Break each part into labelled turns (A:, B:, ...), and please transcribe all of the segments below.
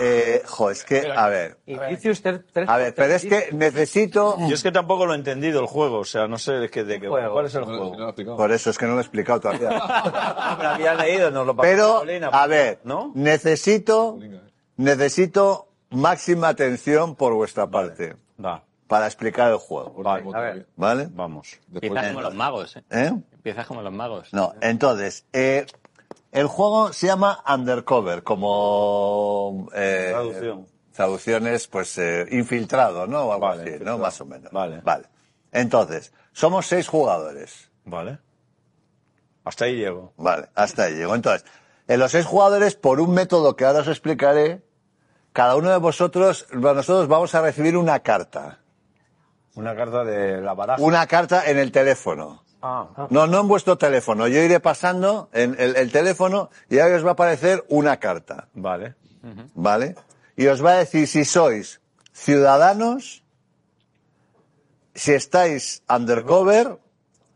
A: Eh, jo, es que, a ver.
B: Invicius ter- tres-
A: A ver, pero es que necesito.
C: Yo es que tampoco lo he entendido el juego, o sea, no sé de qué, de qué-
B: Juego.
C: cuál es el
D: No, no
C: juego.
D: lo ha explicado.
A: Por eso es que no lo he explicado todavía.
C: Me lo Ah, había leído, nos lo pasó
A: Pero,
C: Paulina,
A: a ver,
C: ¿no?
A: necesito, necesito máxima atención por vuestra parte
C: Va,
A: para explicar el juego.
C: vale,
D: Como todavía.
A: ¿Vale?
C: vamos.
D: Después-
E: Empiezas como los magos, ¿eh?
A: ¿Eh?
E: Empiezas como los magos.
A: No, entonces, eh, el juego se llama Undercover, como eh,
C: Traducción.
A: traducciones, pues eh, infiltrado, ¿no? O algo
C: Vale,
A: así,
C: infiltrado.
A: ¿no? Más o menos.
C: Vale.
A: Vale. Entonces, somos seis jugadores.
C: Vale. Hasta ahí llego.
A: Vale, hasta ahí llego. Entonces, en los seis jugadores, por un método que ahora os explicaré, cada uno de vosotros, nosotros vamos a recibir una carta.
C: Una carta de la baraja.
A: Una carta en el teléfono.
C: Ah,
A: No, no en vuestro teléfono. Yo iré pasando en el, el teléfono y ahí os va a aparecer una carta.
C: vale.
A: ¿vale? Y os va a decir si sois ciudadanos, si estáis undercover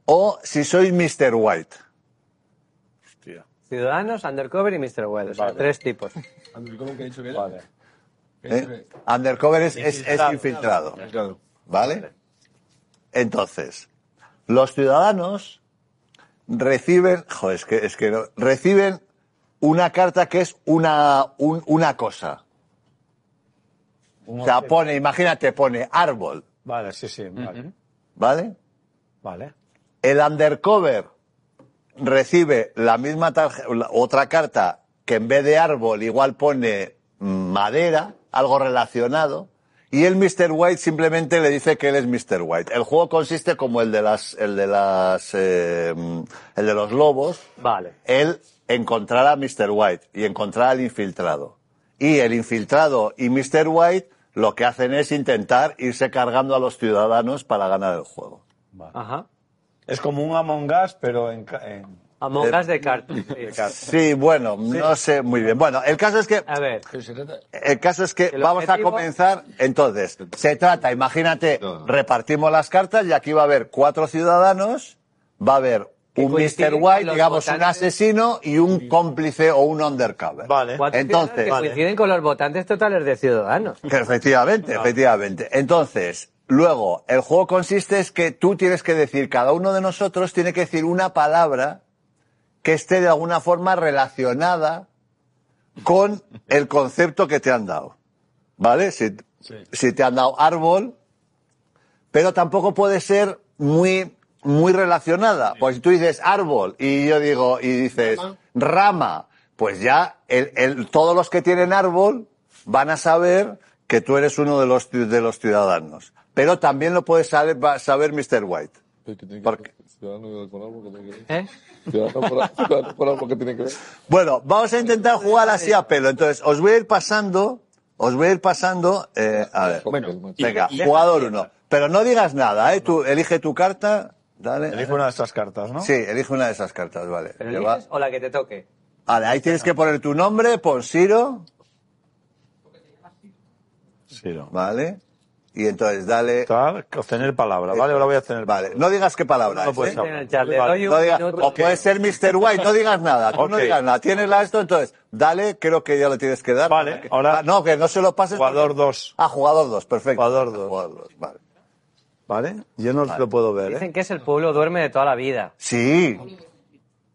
A: o si sois Mr. White.
C: Hostia.
B: Ciudadanos, Undercover y Mr. Wild. O sea,
C: Vale.
B: tres tipos.
D: ¿Cómo que he dicho que era?
C: Vale.
D: ¿Qué he dicho
A: ¿eh? Undercover es, es- es infiltrado,
D: que era? Claro.
A: ¿vale? Entonces, los ciudadanos reciben, joder, es que, es que no- reciben una carta que es una, un- una cosa. O sea, pone, imagínate, pone árbol,
C: Vale, sí, sí, vale.
A: ¿vale?
C: Vale.
A: El undercover recibe la misma tarje- la- otra carta que en vez de árbol igual pone madera, algo relacionado, y el Mr. White simplemente le dice que él es Mr. White. El juego consiste como el de las, el de las, eh, el de los lobos,
B: Vale.
A: él encontrará a Mr. White y encontrará al infiltrado. Y el infiltrado y Mr. White lo que hacen es intentar irse cargando a los ciudadanos para ganar el juego.
B: Ajá.
C: Es como un Among Us, pero en... ca- en-
B: Among Us de cartas.
A: Sí, bueno, no sé muy bien. Bueno, el caso es que
B: A ver.
D: Pero se trata-
A: el caso es que
B: El
A: vamos
B: objetivo-
A: a comenzar. Entonces, se trata, imagínate,
D: No, no.
A: repartimos las cartas y aquí va a haber cuatro ciudadanos, va a haber
B: Que
A: un
B: coinciden
A: Mr.
B: con
A: White,
B: los
A: digamos un
B: votantes.
A: asesino y un cómplice o un undercover.
C: Vale.
B: Cuatro
A: Entonces-
B: ciudadanos que
A: Vale.
B: coinciden con los votantes totales de Ciudadanos.
A: Que Efectivamente, efectivamente. Entonces, luego, el juego consiste es que tú tienes que decir, cada uno de nosotros tiene que decir una palabra que esté de alguna forma relacionada con el concepto que te han dado. ¿Vale? Si, si te han dado árbol, pero tampoco puede ser muy, muy relacionada. Pues si tú dices árbol y yo digo, y dices rama, pues ya el, el- todos los que tienen árbol van a saber que tú eres uno de los, ci- de los ciudadanos. Pero también lo puede saber, va a saber Mr. White.
D: pero que tiene que
A: ¿Por
D: ver con Ciudadano por algo que tiene que ver.
B: ¿Eh?
D: Ciudadano por algo- ciudadano por algo que tiene que ver.
A: Bueno, vamos a intentar jugar así a pelo. Entonces, os voy a ir pasando, os voy a ir pasando, eh, a ver.
D: Bueno,
A: Venga, jugador uno. Pero no digas nada, ¿eh? Tú elige tu carta, dale.
C: Elige una de estas cartas, ¿no?
A: Sí, elige una de esas cartas, vale.
B: ¿Pero
A: Lleva-
B: eliges o la que te toque?
A: Vale, ahí tienes que poner tu nombre, pon Siro,
C: Sí, no.
A: ¿vale? Y entonces dale.
C: Tal, obtener palabra. Vale, ahora voy a tener
A: Vale, no digas qué palabra.
C: No
A: es,
C: puedes
A: ¿eh?
C: hablar.
B: En el chat, le
C: Vale.
B: doy un
A: No digas-
B: minuto.
A: o puede ser Mr. White, no digas nada, tú no
C: Ok.
A: digas nada. Tienes la esto, entonces dale, creo que ya lo tienes que dar.
C: Vale,
A: Para que-
C: ahora-
A: Ah, No, que no se lo pases.
C: Jugador
A: porque-
C: 2,
A: Ah, jugador 2, perfecto.
C: Jugador dos.
A: dos, vale.
C: ¿vale? Yo no lo puedo ver, ¿eh?
B: Dicen que es el pueblo duerme de toda la vida.
A: Sí,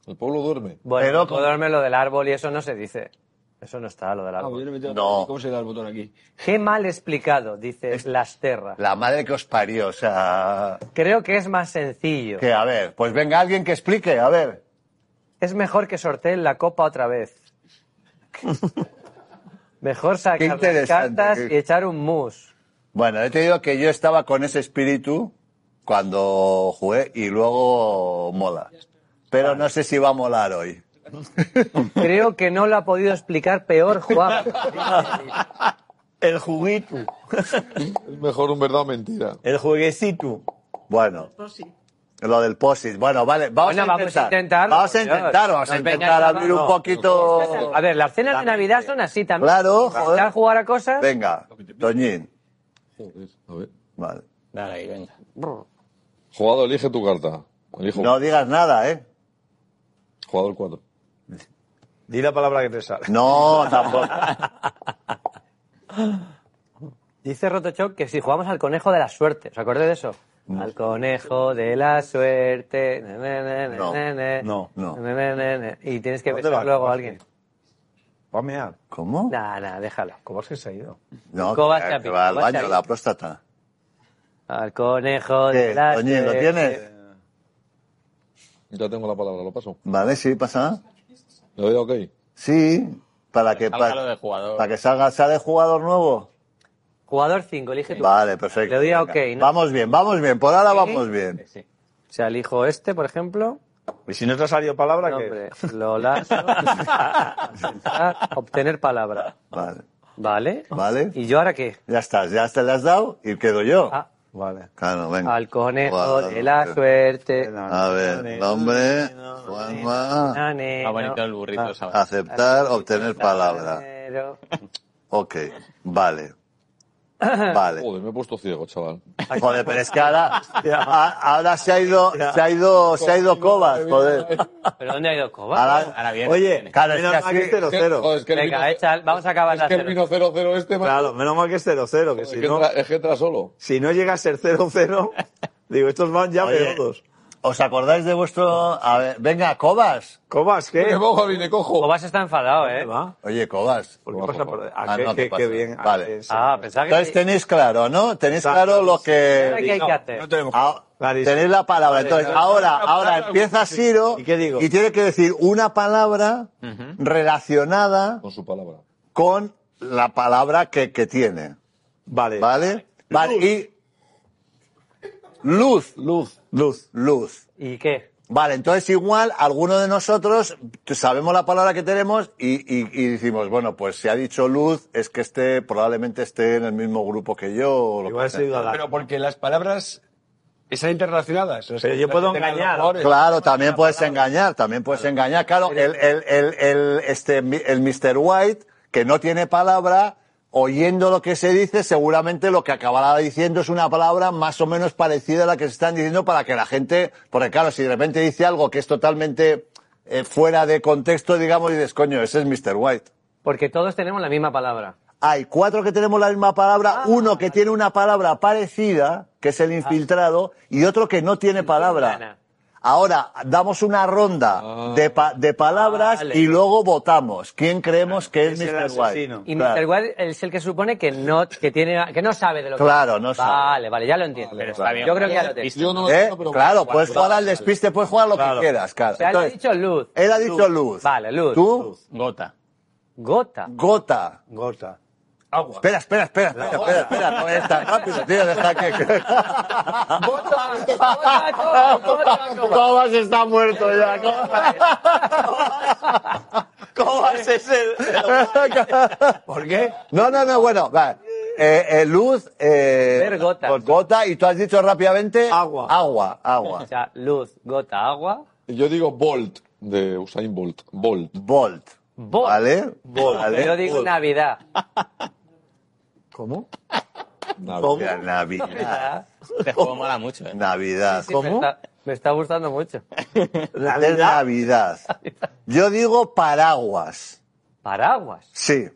D: el pueblo duerme.
B: Bueno,
A: Pero
B: el pueblo duerme lo del árbol y eso no se dice. Eso no está, lo del
D: Ah, yo
B: árbol.
D: le metí a-
A: No.
D: ¿Cómo se da el botón aquí?
B: Qué mal explicado, dice Las Terras.
A: la madre que os parió, o sea.
B: Creo que es más sencillo.
A: Que a ver, pues venga alguien que explique, a ver.
B: Es mejor que sorteen la copa otra vez. Mejor
A: Qué
B: sacar las
A: interesante,
B: cartas
A: qué-
B: y echar un mus.
A: Bueno, he te digo que yo estaba con ese espíritu cuando jugué y luego mola. Pero no sé si va a molar hoy.
B: Creo que no lo ha podido explicar peor Juan.
C: El juguito.
D: Es mejor un verdad o mentira.
C: El jueguecito.
A: Bueno. Lo del posit. Bueno, vale, vamos,
B: Bueno,
A: a,
B: vamos
A: intentar.
B: a intentarlo,
A: Vamos a
B: Dios.
A: intentar, vamos a
B: No, venga,
A: intentar
B: ya
A: abrir
B: va,
A: un
B: no.
A: poquito.
B: A ver, las cenas de Navidad son así también.
A: Claro,
B: Intentar
A: joder.
B: jugar a cosas.
A: Venga, Toñín.
D: Joder, a ver.
A: Vale.
E: Dale ahí, venga.
D: Jugador, elige tu carta. Elijo.
A: No digas nada, ¿eh?
D: Jugador 4.
C: Di la palabra que te sale.
A: No, tampoco.
B: Dice Rotochoc que si jugamos al conejo de la suerte, ¿os acordáis de eso? Al conejo de la suerte. ne, ne, ne, ne,
A: No,
B: ne, ne,
C: no,
A: no.
B: ne, ne, ne, ne. Y tienes que
C: ¿Dónde
B: besar
C: va?
B: luego a alguien.
C: Va a mear.
A: ¿Cómo?
B: Nah, nah, déjalo.
C: ¿Cómo es que se ha ido?
A: No,
B: Cobas
A: que-
B: Chapi,
A: que va al
B: Cobas
A: baño,
B: Chapi.
A: la próstata.
B: Al conejo de
A: ¿Qué,
B: la
A: Toñín, lo
B: suerte.
A: tienes?
D: Ya tengo la palabra, lo paso.
A: Vale, sí, pasa.
D: ¿Le doy a ok?
A: Sí, para que,
E: Salga lo de
A: para,
E: jugador.
A: para que salga, sale jugador nuevo.
B: Jugador 5, elige tú.
A: Vale, perfecto.
B: Le doy a
A: venga.
B: OK, ¿no?
A: Vamos bien, vamos bien, por ahora
B: Sí.
A: vamos bien.
E: Sí.
B: O sea, elijo este, por ejemplo.
C: Y si no te ha salido palabra,
B: Nombre,
C: ¿qué?
B: Lola. obtener palabra.
A: Vale,
B: ¿Vale?
A: Vale.
B: ¿Y yo ahora qué?
A: ya estás, ya te la has dado y quedo yo.
B: Ah,
C: Vale.
A: Claro, venga.
B: al conejo
A: Jugador,
B: de la
A: sí.
B: suerte.
A: A ver, nombre, Juanma,
B: Ah, nena.
E: Está bonito el burrito,
B: Ah,
E: ¿sabes?
A: ah. aceptar, obtener palabra.
B: Pero-
A: Ok, vale. Vale.
D: Joder, me he puesto ciego, chaval.
A: Joder, pero es que ahora, a- ahora se ha ido, se ha ido, se ha ido Cobas, joder.
B: ¿Pero dónde ha ido Coba?
A: Ahora-
E: Ahora bien.
C: Oye,
A: Claro, es que
C: menos mal que
A: así-
C: es 0-0.
D: Joder, es que el
B: Venga,
D: vino-
B: echa- vamos a acabar
D: Es
B: la
D: que el
B: cero.
D: vino 0-0 este... macho,
C: Claro, menos mal que es 0-0, que
D: es
C: si
D: que
C: no,
D: entra- Es que entra solo.
C: si no llega a ser 0-0, digo, estos van ya
A: Oye.
C: pegados.
A: ¿Os acordáis de vuestro? A ver, venga, Cobas.
C: ¿Cobas qué?
D: Me mojo, vine cojo.
B: Cobas está enfadado, ¿eh?
C: ¿Va?
A: Oye, Cobas.
C: ¿Por qué
D: Bajo,
C: pasa
D: bajo.
C: por
A: Ah,
C: ah, qué,
A: no, ¿qué
C: qué, qué
A: pasa?
C: bien. ah,
A: Vale.
C: es-
B: Ah, pensaba que...
A: Entonces tenéis claro, ¿no? Tenéis
C: Exacto.
A: claro lo
B: Ahora que
A: que.
B: hay que hacer.
C: No tengo.
A: Ah,
C: Clarísimo.
A: tenéis la palabra. Entonces, ahora, ahora empieza Ciro
C: ¿Y qué digo?
A: y tiene que decir una palabra relacionada
D: Con su palabra.
A: con la palabra que, que tiene.
C: Vale.
A: ¿Vale? Vale. Y. Luz.
D: Luz.
C: Luz.
A: Luz.
B: ¿Y qué?
A: Vale, entonces igual alguno de nosotros sabemos la palabra que tenemos y, y- y decimos, bueno, pues si ha dicho luz es que esté, probablemente esté en el mismo grupo que yo. O lo
C: Igual
A: que
C: se ha
A: sea.
C: ido a dar.
F: Pero porque las palabras están interrelacionadas. o sea,
C: Pero yo puedo
F: tengan los
C: engañar.
F: colores.
A: Claro, también puedes engañar, también puedes engañar. Claro, el, el, el, el, este, el Mr. White, que no tiene palabra, oyendo lo que se dice, seguramente lo que acabará diciendo es una palabra más o menos parecida a la que se están diciendo para que la gente, porque claro, si de repente dice algo que es totalmente eh, fuera de contexto, digamos, y dices, coño, ese es Mr. White.
B: Porque todos tenemos la misma palabra.
A: Hay cuatro que tenemos la misma
C: Ah,
A: palabra, uno que tiene una palabra parecida, que es el infiltrado, y otro que no tiene palabra.
B: gana.
A: Ahora, damos una
B: Ah.
A: ronda de, pa- de palabras
B: Vale.
A: y luego votamos. ¿Quién creemos que es,
C: Es el
A: Mr. White?
C: asesino.
B: Y Mr.
A: Claro.
B: White es el que supone que no, que tiene, que no sabe de lo que
A: Claro, no ¿Eh? sabe.
B: Vale, vale, ya lo entiendo.
E: Pero está bien.
B: Yo creo que ya lo tengo.
E: Visto.
D: Yo no lo
A: ¿Eh?
D: entiendo, pero-
A: Claro, puedes jugar al despiste, puedes jugar lo que quieras, claro.
B: O sea, él ha
A: Entonces,
B: dicho luz.
A: él ha dicho luz.
B: Vale, luz.
A: Tú,
E: Gota.
B: Gota.
A: gota.
C: Gota.
A: Espera, espera, espera, espera, espera, espera. No es tan rápido, tío, deja que... Cobas está muerto ya.
C: Cobas es el.
A: ¿Por qué? No, no, no, bueno, va. Eh, eh, luz, eh,
B: Ver gota.
A: gota, y tú has dicho rápidamente
C: Agua.
A: agua, agua,
B: O sea, luz, gota, agua.
D: Yo digo Bolt, de Usain Bolt. Bolt.
A: Volt,
B: Volt.
A: ¿vale?
B: Yo
A: ¿Vale? Ah.
B: digo Navidad.
C: ¿Cómo?
D: Nada.
C: ¿Cómo?
A: Hostia, Navidad,
E: Este juego mola mucho, ¿eh?
A: Navidad,
B: Sí, Me está, me está gustando mucho.
A: Es Navidad. Yo digo paraguas,
B: Paraguas.
A: sí,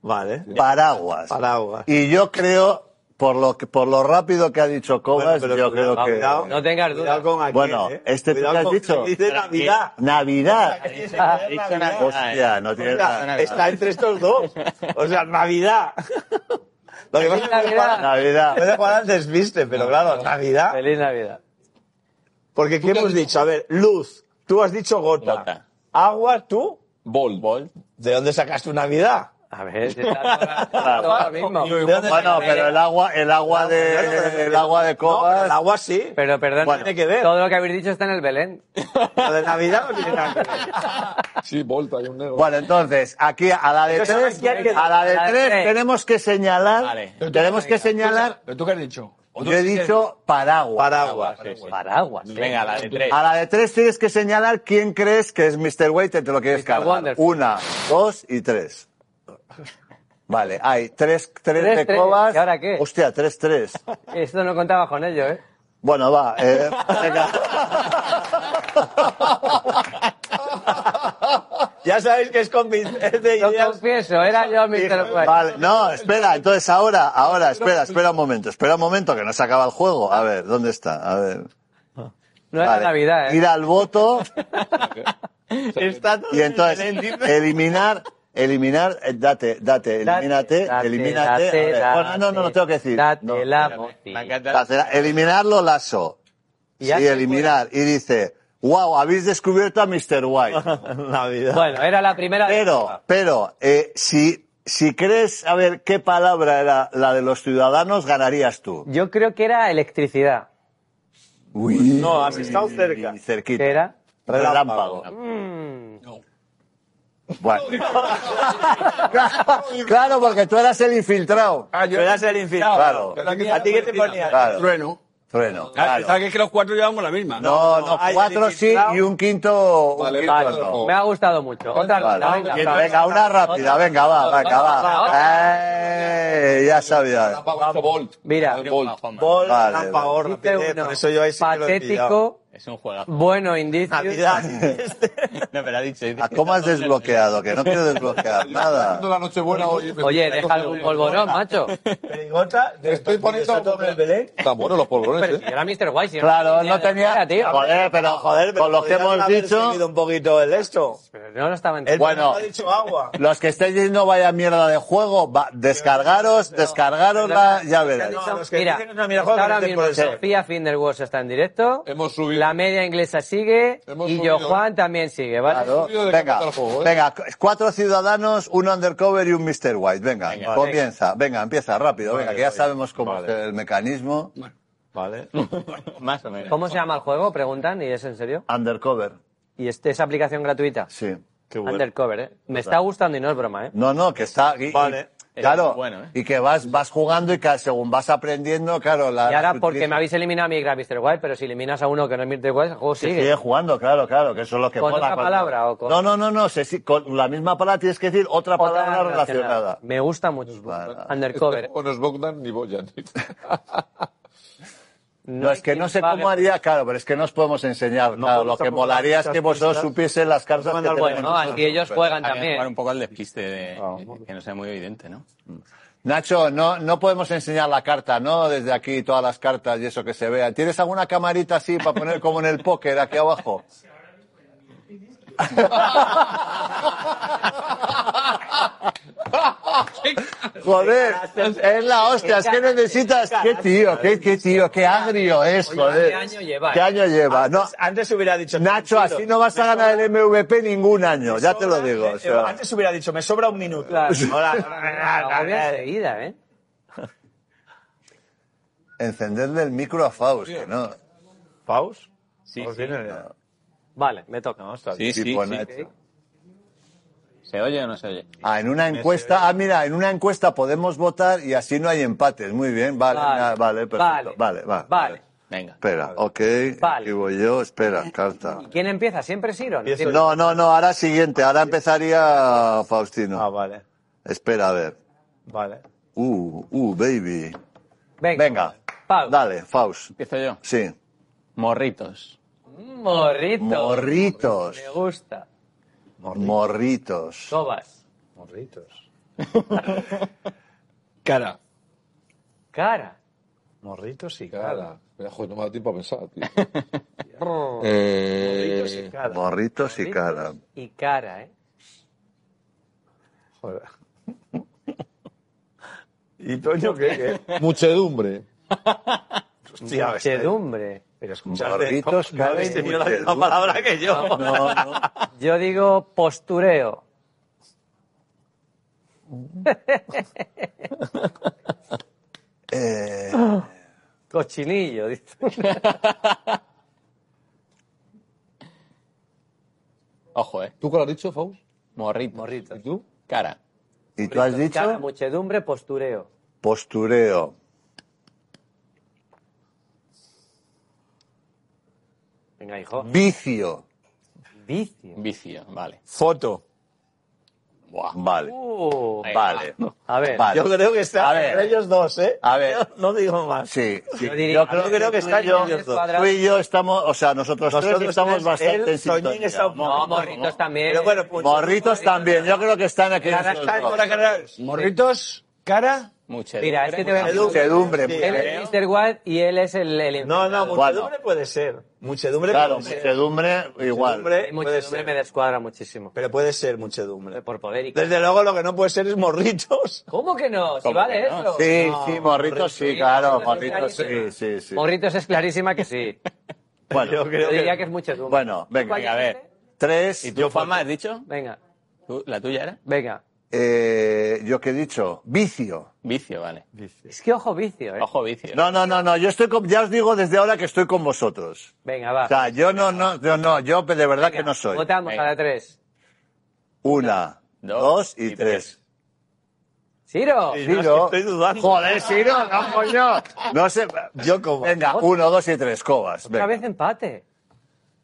C: Vale.
A: paraguas.
C: Paraguas.
A: Y yo creo, por lo que, por lo rápido que ha dicho Cobas,
C: Bueno, pero
A: yo
C: cuidado,
A: creo que
C: cuidado.
B: No tengas
C: Cuidado
B: dudas.
C: con aquí.
A: Bueno,
C: ¿eh?
A: este tú
C: Cuidado
A: lo has
C: con-
A: dicho.
C: Dice Navidad.
A: Navidad.
E: Ha dicho Navidad,
A: Hostia,
E: ¿eh?
A: no tiene nada.
C: Mira, está entre estos dos. O sea, Navidad. Lo que pasa es que
B: Navidad.
C: puede
A: Navidad.
C: jugar al desviste, pero claro, Navidad.
B: Feliz Navidad.
C: Porque ¿qué hemos dicho? A ver, luz. Tú has dicho gota.
E: Gota.
C: Agua, tú.
D: Bolt. Bolt.
C: ¿De dónde sacas tu Navidad?
B: A ver, si está todo- todo lo mismo.
C: ¿De dónde
A: Bueno,
C: sacas-
A: pero el agua, el agua de, el agua de
C: No, pero el
A: Cobas.
C: agua sí.
B: Pero perdón,
C: Bueno. Tiene que ver.
B: todo lo que habéis dicho está en el Belén.
C: Lo de Navidad no tiene nada que ver.
D: Sí, Bolt, hay un negro.
A: Bueno, entonces, aquí a la de
C: Entonces,
A: tres,
C: ¿quién queda?
A: a la de
B: La de
A: tres
B: tres.
A: tenemos que señalar,
E: Vale.
A: tenemos que señalar,
F: ¿Pero tú qué has dicho? ¿O tú
A: yo he
F: qué has
A: dicho paraguas.
C: Paraguas.
B: Paraguas. eh.
E: Venga, la de tres.
A: A la de tres tienes que señalar quién crees que es Mr. Waite, te lo quieres
B: Mr.
A: cargar.
B: Wonderful.
A: Una, dos y tres. Vale, hay tres, tres,
B: Tres,
A: de
B: tres.
A: Cobas.
B: ¿Y ahora qué?
A: Hostia, tres, tres.
B: Esto no contaba con ello, ¿eh?
A: Bueno, va, eh, venga.
C: Ya sabéis que es, convi- es de
B: Lo
C: ideas.
B: confieso, era yo Mr. White.
A: Vale, no, espera, entonces ahora, ahora, espera, espera un momento, espera un momento que no se acaba el juego. A ver, ¿dónde está? A ver.
B: No era
A: Vale.
B: Navidad, ¿eh?
A: Ir al voto
C: Está todo
A: y entonces
C: en el-
A: eliminar, eliminar, eh, date, date,
B: Date,
A: elimínate,
B: date,
A: elimínate.
B: date,
A: a ver.
B: date,
A: Bueno, no, no lo tengo que decir.
B: Date
A: No.
B: la
E: Me
B: moción.
E: encanta.
A: Cancela- Eliminarlo, lazo.
B: Y
A: Y
B: ya se
A: eliminar. Y dice, wow, habéis descubierto a Mr. White.
C: Navidad.
B: Bueno, era la primera.
A: Pero, pero, eh, si, si crees, a ver, qué palabra era la de los ciudadanos, ganarías tú.
B: Yo creo que era electricidad.
A: Uy,
C: No, has estado cerca.
A: cerquita.
B: Que era.
A: Relámpago.
B: Mm,
A: Bueno. claro, porque tú eras el infiltrado.
F: Ah, yo-
C: Pero eras el infiltrado.
A: Claro.
C: ¿A ti qué te ponían?
A: Claro,
F: Trueno.
A: trueno.
F: Ah,
A: claro.
F: ¿Sabes que es que los cuatro llevamos la misma?
A: No,
C: no,
A: no,
C: hay
A: cuatro
C: el
A: sí
C: infiltrado.
A: y un quinto. un
D: Vale,
A: quinto
D: vale.
A: no.
B: Me ha gustado mucho. Otra
A: Vale.
B: ronda, venga.
A: Venga, venga, una rápida, venga, va, venga, va. Eh, ya sabía.
D: Vamos, Bolt.
B: Mira.
D: Al Bolt.
E: Juanma.
C: Bol,
A: Vale,
C: trampa,
A: vale.
C: gorro,
B: Dice
C: pide,
B: uno,
C: Por eso yo ahí sí que lo he pillado.
B: Patético,
E: Es un juegazo.
B: bueno indicio.
C: Navidad. Este.
E: No, pero ha dicho. dice-
A: ¿A ¿Cómo has desbloqueado? Que no quiero desbloquear nada.
D: La Nochebuena hoy. me-
B: Oye,
D: me-
B: deja algún polvorón, macho.
C: Perigota, de-
D: Estoy poniendo-
C: de Soto del Belén.
D: Están buenos los polvorones,
B: Pero si
D: ¿eh?
B: era Mr. White. si
A: Claro, no
B: era
A: tenía.
B: tío.
A: Joder, pero
C: Joder,
A: joder, con lo que
C: podrías
A: hemos
C: haber
A: dicho.
C: seguido un poquito el esto.
B: Pero no lo estaba
C: Él
B: entendiendo.
A: Bueno.
C: no ha dicho agua.
A: Los que estáis diciendo vaya mierda de juego, va- descargaros, descargarosla, ya veréis.
C: No, los que
B: Mira,
C: dicen que no mira juego,
B: está ahora
C: no te
B: mismo
C: puede ser.
B: Sofía Finderworth está en directo.
D: Hemos subido.
B: La media inglesa sigue.
D: Hemos
B: y yo
D: subido.
B: Juan también sigue, ¿vale?
A: Claro.
D: subido de
A: Venga,
D: capital juego, ¿eh?
A: venga, cu- cuatro ciudadanos, un undercover y un Mr. White. Venga,
E: Venga,
A: comienza, venga, empieza rápido, venga, que ya sabemos cómo es el mecanismo.
E: Vale. Más o menos.
B: ¿Cómo se llama el juego? Preguntan, y es en serio.
A: Undercover,
B: Y este es aplicación gratuita.
A: sí. Pues
B: Undercover, ¿eh? Me está gustando y no es broma, ¿eh?
A: No, no, que está. y- y-
C: Vale.
A: Claro,
E: Es bueno, ¿eh?
A: y que vas, vas jugando y que según vas aprendiendo, claro, la.
B: Y ahora, porque me habéis eliminado a mí, era Mr. White, pero si eliminas a uno que no es Mr. White, el juego
A: Se
B: sigue.
A: sigue jugando, claro, claro, que eso es lo que
B: ¿Con
A: mola
B: otra
A: cuando-
B: palabra o con-
A: No, no, no, no, se si- con la misma palabra tienes que decir otra,
B: Otra
A: palabra relacionada.
B: Me gusta mucho.
A: Vale.
B: Undercover.
D: O nos Bogdan ni Boyan.
A: No, es que
B: hay
A: no
B: quien
A: sé
B: pague
A: cómo
B: por-
A: haría, claro, pero es que no os podemos enseñar. claro, lo
C: podemos
A: que
C: tampoco
A: molaría
C: dar
A: es que
C: muchas
A: vosotros
C: pistas.
A: supiesen las cartas que
C: Bueno,
A: tenemos.
B: Bueno, aquí ellos juegan
E: Había que jugar un
B: también.
E: poco al despiste de, que no sea muy evidente, ¿no?
A: Nacho, no, no podemos enseñar la carta, ¿no? Desde aquí, todas las cartas y eso que se vea. ¿Tienes alguna camarita así para poner como en el póker aquí abajo? joder, es la hostia, es que necesitas. Qué tío, qué, qué tío, qué agrio es, joder.
B: ¿qué año lleva,
A: ¿Qué
B: eh?
A: año lleva? No,
C: Antes- Antes hubiera dicho.
A: Nacho, así no vas a ganar el MVP ningún año, ya te lo digo. o sea.
C: eh, Antes hubiera dicho, me sobra un minuto.
B: Claro.
C: Ahora-
B: La obvia Ah, enseguida, ¿eh?
A: Encenderle el micro a Faust, que no.
C: eh. ¿Paus?
E: Sí,
C: ¿Os
E: sí.
C: viene la-
B: Vale, me toca.
E: Sí, sí,
A: Tipo,
E: sí.
A: Nacho.
E: ¿Se oye o no se oye?
A: Ah, en una encuesta, ah, mira, en una encuesta podemos votar y así no hay empates. Muy bien, vale,
B: Vale,
A: na- vale, perfecto. Vale, va,
B: Vale.
E: Venga.
A: Espera, ok,
B: Vale.
A: aquí voy yo, espera, carta.
B: ¿Quién empieza? ¿Siempre Siron?
C: Empiezo
A: No, no, no, ahora siguiente, ahora empezaría
C: Ah,
A: Faustino.
C: vale.
A: Espera, a ver.
C: Vale.
A: Uh, uh, baby.
B: Venga.
A: Venga,
B: Pau.
A: dale, Faust.
E: Empiezo yo.
A: Sí.
E: Morritos.
B: Morrito.
A: Morritos,
B: Me gusta.
A: morritos.
B: Sobas.
C: Morritos.
F: Cara.
B: Cara.
C: Morritos y cara.
D: Cara. Mira, joder, no me da tiempo a pensar, tío. Eh,
C: Morritos y cara.
A: Morritos y cara.
B: Y cara, ¿eh?
C: Joder. ¿Y Toño qué? qué?
D: muchedumbre.
C: Hostia,
B: Muchedumbre.
C: Pero ¿eh? escuchad,
A: Morritos,
C: no habéis
A: cara y
C: tenido la misma
A: muchedumbre.
C: palabra que yo.
A: No, no.
B: Yo digo postureo.
A: Eh,
B: Cochinillo, dice.
E: Ojo, ¿eh?
D: ¿Tú cuál has dicho, Faust?
E: Morritos.
B: Morritos.
E: ¿Y tú? Cara.
A: ¿Y tú has
B: Cara,
A: dicho?
B: muchedumbre, postureo.
A: Postureo.
B: Venga, hijo.
A: Vicio. Mm.
B: Vicio.
E: Mm. Vicio, vale.
C: Foto.
E: Buah.
A: Vale.
B: Uh,
E: Ahí va.
A: Vale.
B: A ver.
A: Vale.
C: Yo creo que está
A: A ver.
C: entre ellos dos, ¿eh?
A: A ver.
C: Yo no digo más.
A: Sí, sí.
B: yo, diría-
A: Yo
C: creo-
B: a
C: yo creo que está yo.
B: Luis Cuadra-
A: Tú y yo estamos, o sea, nosotros, tres
C: Nosotros
A: estamos
C: tres, él,
A: bastante en
C: Toñín
A: sintonía.
C: está un
B: No, Morritos también.
C: Pero bueno, pues,
A: Morritos también, yo creo que están aquí.
B: Claro,
A: esos
B: está
A: dos.
F: Ahora, cara, Morritos, cara.
E: Mucho.
B: Mira, es que te voy a
E: Ah,
B: decir-
A: Muchedumbre,
C: Sí.
B: Él
A: muchedumbre.
B: es Mr. White y él es el... el
C: No, no, muchedumbre
A: Bueno.
C: puede ser. Muchedumbre
A: Claro,
C: puede ser.
A: muchedumbre igual.
C: Muchedumbre
B: Y
C: puede
B: muchedumbre
C: ser.
B: me descuadra muchísimo.
C: Pero puede ser muchedumbre.
B: Por poder y...
C: Desde luego lo que no puede ser es morritos.
B: ¿Cómo que no? Si
E: ¿Cómo
B: vale
E: que no?
B: eso.
A: Sí,
C: No,
A: sí,
C: Morritos,
A: morritos sí,
B: sí,
A: claro, morritos
B: Morritos es
A: sí, sí, sí.
B: Morritos es clarísima que sí.
C: Yo
A: Bueno,
C: creo
B: Yo diría
C: que...
B: que es muchedumbre.
A: bueno,
E: Venga,
A: venga.
E: a ver.
A: Tres,
E: ¿Y tú, Juanma, has dicho?
B: Venga,
E: ¿Tú- ¿La tuya era?
B: venga.
A: eh, yo qué he dicho, vicio.
E: Vicio, vale.
B: Es que ojo vicio, ¿eh?
E: Ojo, vicio.
A: No, no, no, no, yo estoy con, ya os digo desde ahora que estoy con vosotros.
B: Venga, va.
A: O sea, yo no, no, yo no, yo de verdad que no soy.
B: Votamos
E: Venga.
B: a la tres.
A: Una, dos y tres.
B: Ciro.
A: Ciro.
C: Estoy dudando.
A: Joder, Ciro, no, coño. No sé. Yo como. Venga, uno, dos y tres, cobas.
B: Otra
A: Venga.
B: vez empate.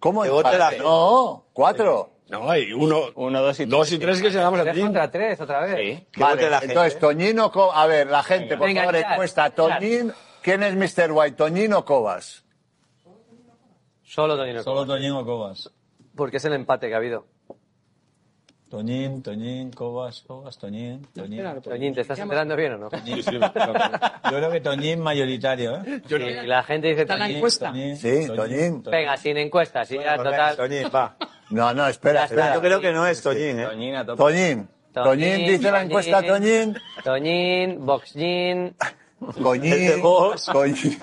A: ¿Cómo
C: Que vote
A: empate?
C: la gente.
A: No, cuatro.
F: No, hay uno,
E: Uno, dos y tres.
F: dos y tres que se damos a
B: Tres
F: ti.
B: contra tres, otra vez.
E: Sí.
C: Que
A: Vale,
C: vote la
A: entonces,
C: gente. ¿eh?
A: Toñín o Cobas. A ver, la gente, por
B: Venga,
A: favor,
B: echad,
A: encuesta.
B: echad.
A: Toñín, ¿quién es Mr. White? ¿Toñín o Cobas?
B: Solo Toñino.
G: Solo Toñín o Cobas.
B: Porque es el empate que ha habido.
G: Toñín, Toñín, Cobas, Cobas, Toñín, Toñín.
B: Toñín, ¿te estás enterando bien o no?
G: Toñín. Yo creo que Toñín mayoritario, ¿eh?
B: Y la gente dice Toñín.
G: Encuesta.
A: Sí, Toñín.
B: Venga, sin encuestas, y ya, total.
C: Toñín, va.
A: No, no, espera,
B: Ya está.
A: espera.
C: Yo creo que no es Toñín, ¿eh?
E: Toñín a tope.
A: Toñín. Toñín, dice la encuesta, Toñín.
B: Toñín, Boxín,
A: Coñín.
C: Desde vos.
A: Coñín.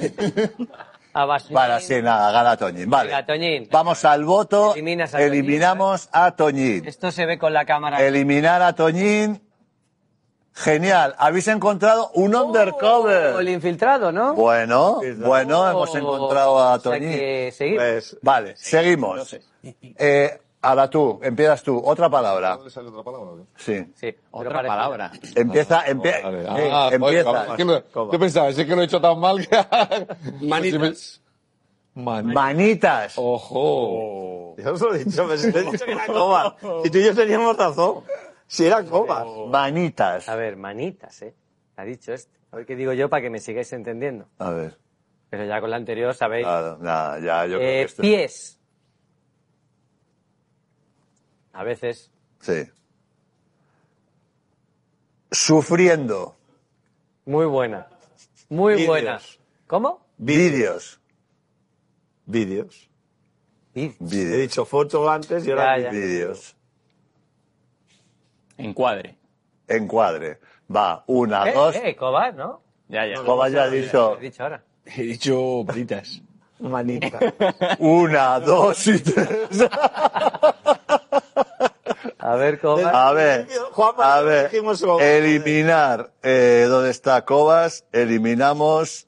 B: Abasín.
A: Vale, sí, nada, gana Toñín. Vale.
B: Venga, Toñín.
A: Vamos al voto.
B: Eliminas a Toñín, ¿eh?
A: Eliminamos a Toñín.
B: Esto se ve con la cámara.
A: Eliminar a Toñín. Genial. Habéis encontrado un
B: O el
A: undercover.
B: infiltrado, ¿no?
A: Bueno, bueno, hemos
B: O-
A: encontrado a
B: Oh, o sea
A: Toñín.
B: que seguimos.
C: Pues,
A: Vale, seguimos. Eh, ahora tú, empiezas tú. Otra palabra.
D: ¿Dónde sale otra palabra? o qué?
A: Sí.
B: Sí, pero
E: Otra
B: parece-
E: palabra.
A: Empieza, empie-
D: Vale.
A: Sí,
D: Ah, joder,
A: empieza.
D: cabrón. ¿Qué me- Yo pensaba, sé que lo he hecho tan mal que... Pues
F: Manitas.
D: Manitas.
A: Manitas.
D: Ojo.
C: Yo os lo he dicho, pero si te he dicho que era Cobas. Y tú y yo teníamos razón. Si era Cobas.
A: Manitas.
B: A ver, manitas, ¿eh? Ha dicho este. A ver qué digo yo para que me sigáis entendiendo.
A: A ver.
B: Pero ya con la anterior sabéis.
A: Nada, nada, ya, Ah, yo creo
B: Eh,
A: que este. esto-
B: pies. A veces.
A: Sí. Sufriendo.
B: Muy buena. Muy
C: Vídeos.
B: buena. ¿Cómo?
A: Vídeos.
C: Vídeos.
B: Vid-
C: He
A: Vídeos.
C: dicho foto antes y ahora
B: Ya, ya.
A: Vídeos.
E: Encuadre.
A: Encuadre. Va, una,
B: Eh,
A: dos.
B: eh, Cobas, ¿no?
E: Ya, ya.
A: Como ya he
B: Lo
A: dicho,
B: he dicho ahora.
F: He dicho manitas.
C: manita.
A: una, dos y tres.
B: A ver, Cobas.
A: A ver,
C: Juanma,
A: a ver,
C: dijimos Cobas.
A: eliminar, eh, ¿dónde está Cobas? Eliminamos.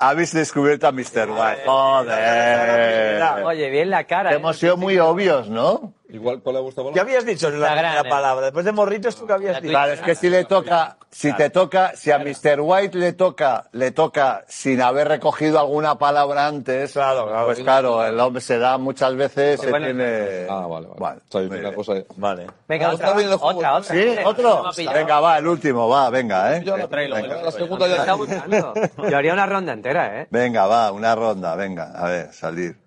A: Habéis descubierto a Mr. White. Joder.
B: Oye, bien la cara. ¿eh?
A: Hemos sido muy obvios, ¿no?
D: Igual, ¿cuál le gusta
C: ¿Qué
D: palabra?
C: habías dicho en la,
B: La gran,
C: primera
B: eh.
C: palabra? Después de morritos, ¿tú qué habías dicho?
A: Claro, es que si le toca, si te toca, si a Mr. White le toca, le toca sin haber recogido alguna palabra antes,
C: Claro, claro.
A: pues claro, el hombre se da muchas veces, se
B: bueno,
A: tiene...
D: Ah, vale, vale. O sea,
A: muy
D: una
A: bien.
D: cosa de-
C: Vale.
B: Venga,
D: Ah,
B: otra,
D: está bien los
B: otra,
D: juegos,
B: otra.
A: ¿Sí?
B: No
A: ¿Otro?
B: me ha pillado.
A: Venga, va, el último, va, venga,
D: Yo
A: ¿eh?
D: la traigo.
A: Venga.
D: La segunda
B: Me está
D: ya...
B: gustando. Yo haría una ronda entera, ¿eh?
A: Venga, va, una ronda, venga, a ver, salir.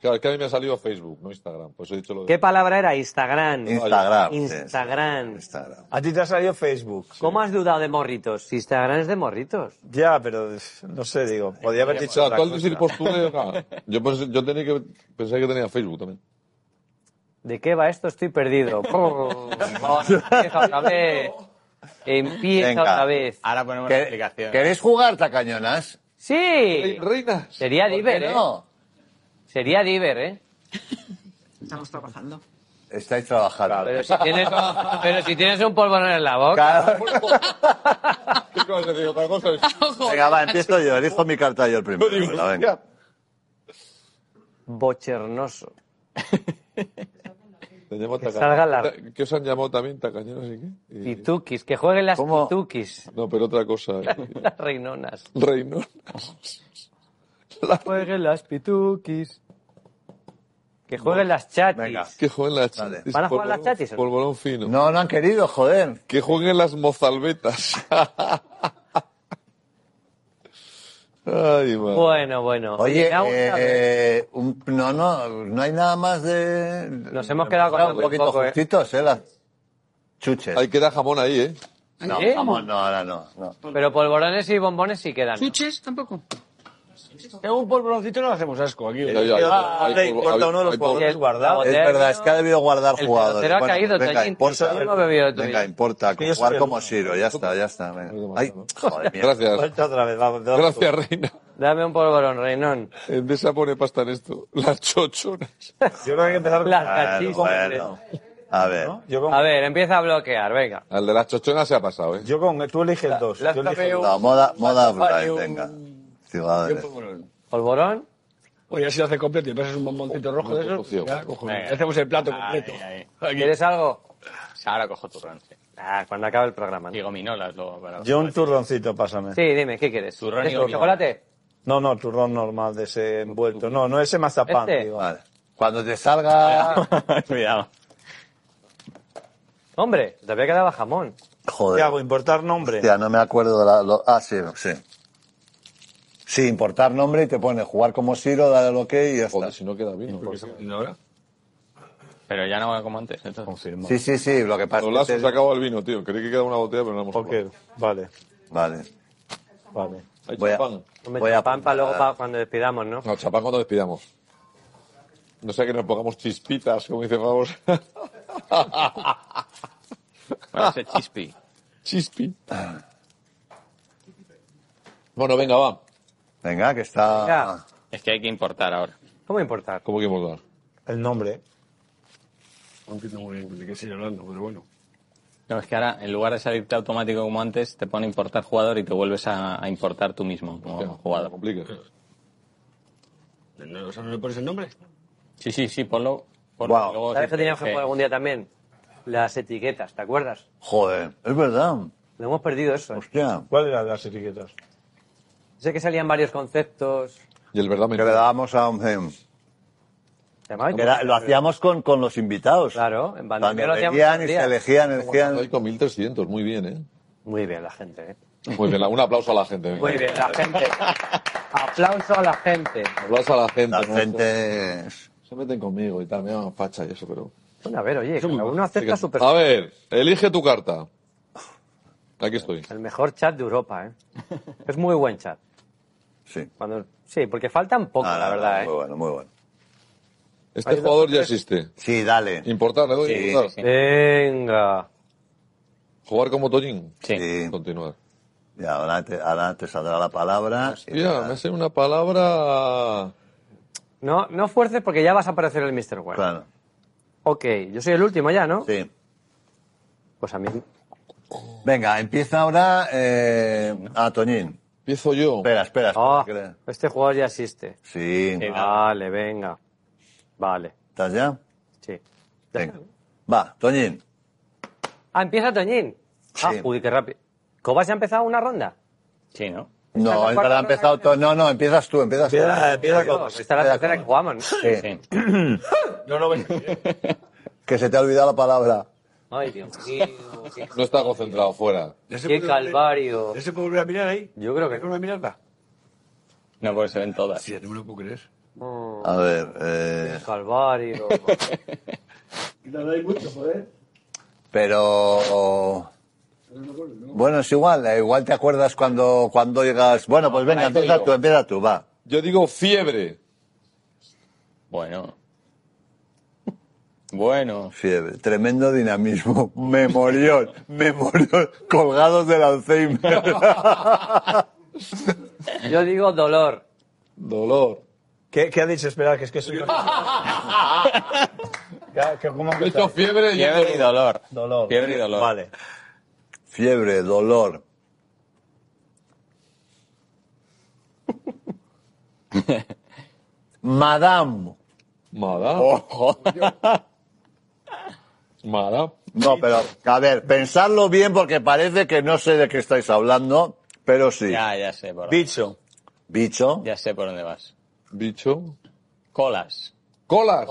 D: Claro, es que a mí me ha salido Facebook, no Instagram. Pues he dicho lo de...
B: ¿Qué palabra era? Instagram.
A: Instagram.
B: Instagram.
A: Instagram.
C: A ti te ha salido Facebook.
B: ¿Cómo has dudado de morritos? Si Instagram es de morritos.
C: Ya, pero eh, no sé, digo. Podría haber
D: O
C: dicho
D: sea,
C: otra
D: tú al decir
C: cosa.
D: postura, claro. yo, pensé, yo tenía que, pensé que tenía Facebook también.
B: ¿De qué va esto? Estoy perdido. Empieza otra vez. Empieza
A: Venga.
B: otra vez.
E: Ahora ponemos la
A: ¿Que-
E: explicación.
A: ¿Queréis jugar, tacañonas?
B: ¡Sí!
D: Reinas.
B: Sería
A: ¿Por qué
B: Diver, ¿eh?
A: no?
B: Sería Diver, ¿eh?
H: Estamos trabajando.
A: Estáis trabajando.
B: Pero si tienes, pero si tienes un polvorón en la boca.
A: Claro.
D: ¿Qué cosa decir? Otra cosa es...
A: Venga, va, empiezo yo, elijo mi carta yo el primero. Venga, venga.
B: Bochernoso.
D: Te llamo
B: Que
D: tacaño.
B: salga la-
D: ¿Qué os han llamado también tacañeros y qué? Y-
B: Titukis. Que jueguen las
A: ¿Cómo?
B: titukis.
D: No, pero otra cosa.
B: Las reinonas.
D: Reino.
B: Jueguen las pituquis. Que jueguen las chatis.
A: Venga.
D: Que jueguen las
A: Vale.
D: chatis.
B: ¿Van a jugar
D: polvorón-
B: las chatis o no?
D: Polvorón fino.
A: No, no han querido, joder.
D: Que jueguen las mozalbetas. Ay, madre.
B: Bueno, bueno.
A: Oye,
B: Llegamos
A: eh,
B: a ver.
A: eh, un- no, no, no hay nada más de...
B: Nos hemos quedado con
A: Claro, un
B: hambre
A: poquito
B: un poco, ¿eh?
A: justitos, ¿eh? Las chuches.
D: Ahí queda jamón ahí, ¿eh?
A: no,
B: ¿Eh?
A: vamos, no, ahora no, no.
B: Pero polvorones y bombones sí quedan. ¿no?
H: ¿Chuches tampoco?
F: En un polvoroncito no hacemos asco aquí.
D: Ya, ya,
C: Ah,
D: hay
C: le
D: polvo-
C: corta
D: hay-
C: uno de los jugadores.
D: hay
B: Y
D: polvo-
B: el
C: guardado.
A: Es
B: Tagoterno,
A: verdad, es que ha debido guardar
B: el
A: jugadores.
B: tercero ha caído,
A: venga,
B: Toñín.
A: importa,
B: Yo no he bebido de tu
A: venga,
B: vida.
A: importa.
C: yo soy
A: Jugar
C: el
A: como
C: uno.
A: Siro, ya está, ya está. venga. Ay, joder, mierda.
D: Gracias.
C: Vuelta otra vez, vamos. vamos.
D: Gracias, reina.
B: Dame un polvorón, Reinón.
D: Endesa pone pasta en esto. Las chochonas.
C: Yo creo que hay que empezar
B: Las
A: Claro,
B: cachis.
A: bueno. A ver.
C: ¿no? Yo con,
B: A ver, empieza a bloquear, venga.
D: Al de las chochonas se ha pasado, ¿eh?
C: yo con, tú eliges dos.
F: la-
C: yo
F: la
C: elijo
F: veo.
C: dos.
A: No, moda, moda
F: Vale,
A: blind,
F: un-
A: venga. Jugadores.
B: Polvorón.
F: Oye, así lo hace completo y pasas un bomboncito rojo de esos.
D: Tío.
F: ya, cojones. Hacemos el plato completo.
B: ¿Quieres algo?
E: Ahora cojo turrón. sí.
B: Ah, cuando acabe el programa. ¿no?
E: Y gominolas luego para...
C: Yo un turroncito, pásame.
B: Sí, dime, ¿qué quieres?
E: Turrón y
B: ¿Quieres
E: gominola.
B: chocolate?
C: No, no, turrón normal de ese envuelto. No, no ese mazapán.
B: Este.
C: digo.
A: Vale. Cuando te salga...
E: Cuidado.
B: Hombre, te había quedado jamón.
A: Joder.
C: ¿Qué hago? ¿Importar nombre?
A: Hostia, no me acuerdo de la. lo- ah, sí, sí. Sí, importar nombre y te pone jugar como Siro, dale lo que y ya está.
D: Joder, si no queda bien. Los
F: ahora?
E: Pero ya no como antes, entonces.
C: Confirmo.
A: Sí, sí, sí, lo que pasa es que.
D: lazos
A: te-
D: se ha acabado el vino, tío. Creí que quedaba una botella, pero no hemos
C: Ok, vale,
A: Vale.
C: vale.
D: probado. Hay
A: Voy a-
D: champán.
B: Hombre,
A: Voy a
B: pan para luego
A: apuntar.
B: pa' cuando despidamos, ¿no?
D: No, champán cuando despidamos. No sea que nos pongamos chispitas, como dice Vamos.
E: Bueno, ese chispi.
D: Chispi. Bueno, venga, va.
A: Venga, que está.
B: Venga.
E: Es que hay que importar ahora.
B: ¿Cómo importar?
D: ¿Cómo que hemos dado?
C: El nombre. ¿eh?
F: No entiendo muy bien de qué estoy hablando, pero bueno.
E: No, es que ahora, en lugar de salirte automático como antes, te pone importar jugador y te vuelves a, a importar tú mismo como
D: Jugada.
E: jugador.
D: Complique.
F: No, o sea, ¿no le pones el nombre?
E: Sí, sí, sí, ponlo. ponlo
A: Guau.
E: y luego
B: ¿Sabes
E: sí,
B: que teníamos que
E: sí.
B: jugar algún día también? Las etiquetas, ¿te acuerdas?
A: Joder, es verdad.
B: Lo hemos perdido eso. ¿eh?
A: Hostia.
C: ¿Cuál eran las etiquetas?
B: Sé que salían varios conceptos.
D: Y el verdad me
A: Que le dábamos a un.
B: ¿Te acuerdas?
A: que era- lo hacíamos con, con los invitados.
B: Claro, en
A: Cuando
B: Bandera lo hacíamos
A: elegían
B: todo
A: y
B: el
A: se
B: día.
A: elegían,
D: Estoy
A: elegían.
D: con 1300, muy bien, ¿eh?
B: Muy bien la gente, ¿eh?
D: Muy bien, la- un aplauso a la gente. venga.
B: Muy bien la gente. Aplauso a la gente.
D: Un aplauso a la gente.
A: La
D: ¿no?
A: gente.
D: Se meten conmigo y tal, me llaman facha y eso, pero...
B: Bueno, a ver, oye, cada uno acepta su
D: A
B: persona.
D: ver, elige tu carta. Aquí estoy.
B: El mejor chat de Europa, ¿eh? Es muy buen chat.
A: Sí.
B: Cuando... Sí, porque faltan poco,
A: Ah,
B: la verdad, ¿eh?
A: Muy bueno, muy bueno.
D: Este jugador ya existe.
A: Sí, dale.
D: Importar, le doy.
E: Sí,
D: importar.
E: sí, sí.
B: ¿eh? Venga.
D: Jugar como Toñín.
E: Sí.
A: Sí.
D: Continuar.
A: Ya, ahora te, ahora te saldrá la palabra. y
D: Ya,
A: ya.
D: me hace una palabra...
B: No, no fuerces porque ya vas a aparecer el Mr. One.
A: Claro.
B: Ok, yo soy el último ya, ¿no?
A: Sí.
B: Pues a mí.
A: Venga, empieza ahora eh, a Toñín.
D: Empiezo yo.
A: Espera, espera. espera,
B: Oh,
A: que le-
B: este jugador ya existe.
A: Sí,
B: Vale, venga. Vale,
A: ¿estás ya?
B: sí.
A: Venga. Va, Toñín.
B: Ah, empieza Toñín. Ah,
A: Sí.
B: uy, qué rápido. ¿Cobas ya ha empezado una ronda?
E: Sí, ¿no?
B: Esta es
A: No,
B: la cuarta
A: espera, ha
B: ronda
A: empezado
B: que
A: Toñín. No, no, empiezas tú, empiezas tú.
C: Empieza, empieza con...
B: Pues esta es la tercera que jugamos, ¿no?
A: Sí,
E: Sí.
F: No, no, ven.
A: Que se te ha olvidado la palabra.
B: Ay, Dios mío. qué-
D: No está concentrado fuera.
F: Ya se
B: Qué
F: puede-
B: calvario.
F: ¿Ya se puede volver a mirar ahí?
B: Yo creo que
F: ¿Se puede volver a mirarla?
E: No, porque se ven todas.
F: Sí, no me lo puedo creer.
B: no.
A: A ver, eh,
B: Mm, Calvario.
A: pero... Bueno, es igual, eh, igual te acuerdas cuando, cuando oigas... Bueno, pues venga,
E: ahora yo
A: empieza
E: digo.
A: tú, empieza tú, va.
D: Yo digo fiebre.
E: Bueno. Bueno.
A: Fiebre, tremendo dinamismo, memorión, memorión, colgados del Alzheimer.
B: Yo digo dolor.
D: Dolor.
C: ¿Qué, ¿Qué ha dicho? Espera, que es que soy... Ya, que ¿Cómo
D: He
C: que
D: hecho fiebre y
E: Fiebre y
D: dolor.
E: dolor.
C: Dolor.
E: Fiebre y dolor.
C: Vale.
A: Fiebre, dolor. Madame.
D: Madame.
A: Ojo.
D: Madame.
A: No, pero, a ver, pensadlo bien porque parece que no sé de qué estáis hablando, pero sí.
E: Ya, ya sé por
C: Bicho.
A: Bicho.
E: Ya sé por dónde vas.
D: Bicho.
E: Colas.
D: Colas.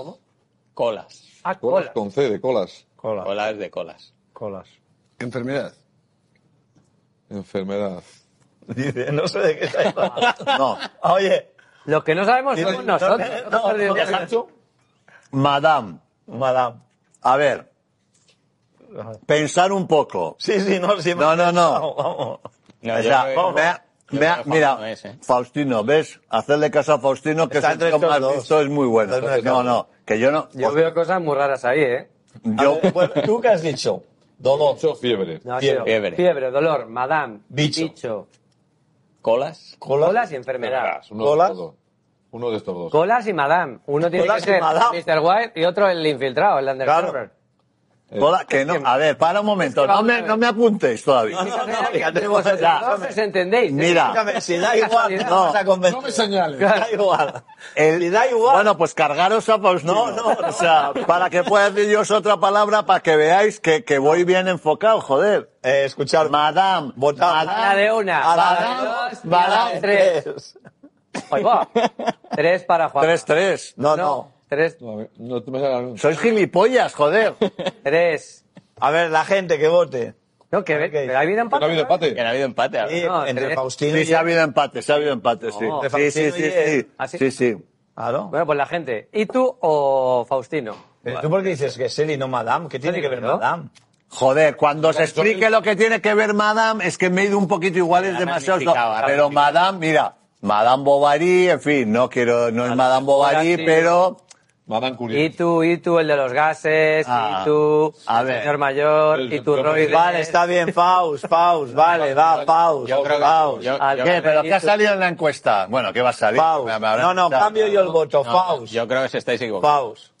E: Colas.
B: Ah,
D: Colas
B: cola.
D: con C, de colas.
F: Cola.
E: Colas de colas.
F: Colas.
A: Enfermedad.
D: Enfermedad.
C: Dice, no sé de qué está hablando.
A: No.
C: Oye,
B: Los que no sabemos somos nosotros.
C: no,
A: Madame.
C: madame.
A: A ver. Pensar un poco.
C: Sí, sí, no, sí.
A: No, no, no.
C: Vamos, vamos.
E: No,
A: O
E: yo
A: sea,
E: creo que-
A: me ha-
E: yo
A: me ha-
E: creo que
A: mira,
E: no es, ¿eh?
A: Faustino, ¿ves? Hacerle caso a Faustino, que
C: Está
A: es
C: entre
A: el que
C: estos
A: más
C: dos.
A: listo, es muy bueno.
C: Está entre
A: No,
C: estos
A: no, que yo no.
B: Yo veo cosas muy raras ahí, ¿eh?
A: yo-
C: A ver, bueno, ¿Tú qué has dicho? Dolor.
D: Mucho fiebre.
B: No,
C: Fiebre.
B: yo-
E: Fiebre.
B: Fiebre, dolor, madame,
C: Bicho.
E: Colas.
C: Colas.
B: colas y enfermedad.
D: Colas, uno
C: Colas.
D: de estos dos. Uno de estos dos.
B: Colas y madame. Uno tiene
C: Colas
B: que ser
C: y madame.
B: Mr. White y otro el infiltrado, el undercover.
C: Claro.
A: Hola, que no. A ver, para un momento. No me, no me apuntéis todavía.
B: No,
C: no, fíjate,
B: vosotros
C: fíjame.
B: dos os entendéis. ¿eh?
A: Mira,
C: Escúchame, si da igual, no,
A: No,
C: vas a convencer.
D: No me señales.
C: Da igual.
A: el-
C: Y da igual.
A: Bueno, pues cargaros a Faustino.
C: No, no,
A: O sea, para que pueda decir yo otra palabra, para que veáis que, que voy bien enfocado, joder.
C: Eh, escuchar.
A: Madame,
C: Votar.
B: A la de una.
C: A la
B: a
C: de
B: la de dos. y a la
A: Madame.
B: de tres. Ahí va. Tres para Juan.
A: 3-3.
C: No, no.
B: Tres.
D: No, a ver, no te me hagas-
A: Sois gilipollas, joder.
B: Tres.
C: A ver, la gente que vote.
B: No, que ve.
C: Ok.
B: pero ha habido
D: Que no
B: empate.
D: ha habido
B: ¿no?
E: Que
D: empate.
E: no ha habido empate. a
C: Sí,
E: ver.
B: No,
C: entre
B: tres.
C: Faustino
A: Sí,
C: y
A: se ha habido empate, se ha habido empate, sí.
B: No.
A: Sí, sí, sí, sí.
B: ¿Ah, sí?
A: Sí, sí.
C: Ah, ¿no?
B: Bueno, pues la gente. ¿Y tú o Faustino?
C: Pero Eh, tú por qué dices que Seli no Madame, ¿qué tiene
B: digo
C: que ver
B: yo.
C: Madame?
A: Joder, cuando os explique lo que tiene que ver Madame, es que me he ido un poquito igual, es
E: Ha
A: demasiado.
E: magnificado, ha
A: pero Madame, mira, Madame Bovary, en fin, no quiero, no es Madame Bovary,
B: Bovary.
A: pero
D: Madame
B: Y
D: Curie.
B: tú, y tú, el de los gases,
A: Ah,
B: y tú,
A: a
B: el
A: ver.
B: señor mayor,
D: El
B: y tú,
D: doctor
B: Roy.
C: Vale, está bien, Faust, Faust, vale, va, Faust,
E: Yo creo que-
C: Faust,
E: yo-
B: Al
E: yo-
A: ¿Qué? ¿Pero
B: y
A: qué ha
B: tú-
A: salido en la encuesta? Bueno, ¿qué va a salir?
C: Faust.
A: Me- me habrán
C: No, no,
A: quitado.
C: cambio yo el voto,
E: no,
C: Faust,
E: Yo creo que os estáis equivocando.
C: Faust,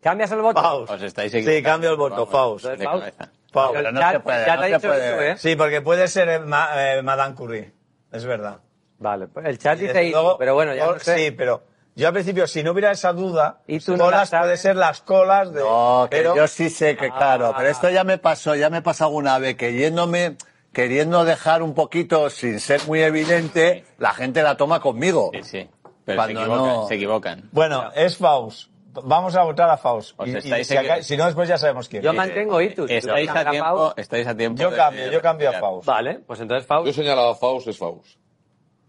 B: ¿Cambias el voto?
C: Faust.
E: Os estáis equivocando.
C: Sí, cambio el voto,
E: Vamos,
C: Faust,
E: de
B: Faust.
E: cabeza.
C: Faust.
A: Pero no
B: Ya-
A: se puede, no
B: ya te ha
A: se
B: dicho
A: puede.
B: eso, ¿eh?
C: Sí, porque puede ser eh, ma- eh, Madame Curie, es verdad.
B: Vale, pues el chat
C: Y
B: dice
C: desde
B: y
C: luego,
B: pero bueno, ya
C: col-
B: no sé.
C: Sí, pero yo al principio, si no hubiera esa duda,
B: Y tú no la
C: colas
B: sabes.
C: puede ser las colas de...
A: No, que
C: pero Ah.
A: yo sí sé que, claro, pero esto ya me pasó, ya me pasó alguna vez, que yéndome, queriendo dejar un poquito, sin ser muy evidente, la gente la toma conmigo.
E: Sí, sí. Pero se
A: Cuando
E: equivocan,
A: no-
E: se equivocan.
C: Bueno, es Faust. Vamos a votar a Faust.
E: Os
C: Y- y
E: estáis
C: si, acá-
E: equi-
C: si no, después ya sabemos quién.
B: Yo
C: Yo,
B: mantengo Itus.
E: Eh, Estáis
B: Tú
E: a
B: cambias
E: tiempo,
B: Faust.
E: estáis a tiempo. de-
C: cambio, yo cambio a Faust.
B: Vale, pues entonces
D: Yo he
B: Faust.
D: señalado a Faust, es Faust.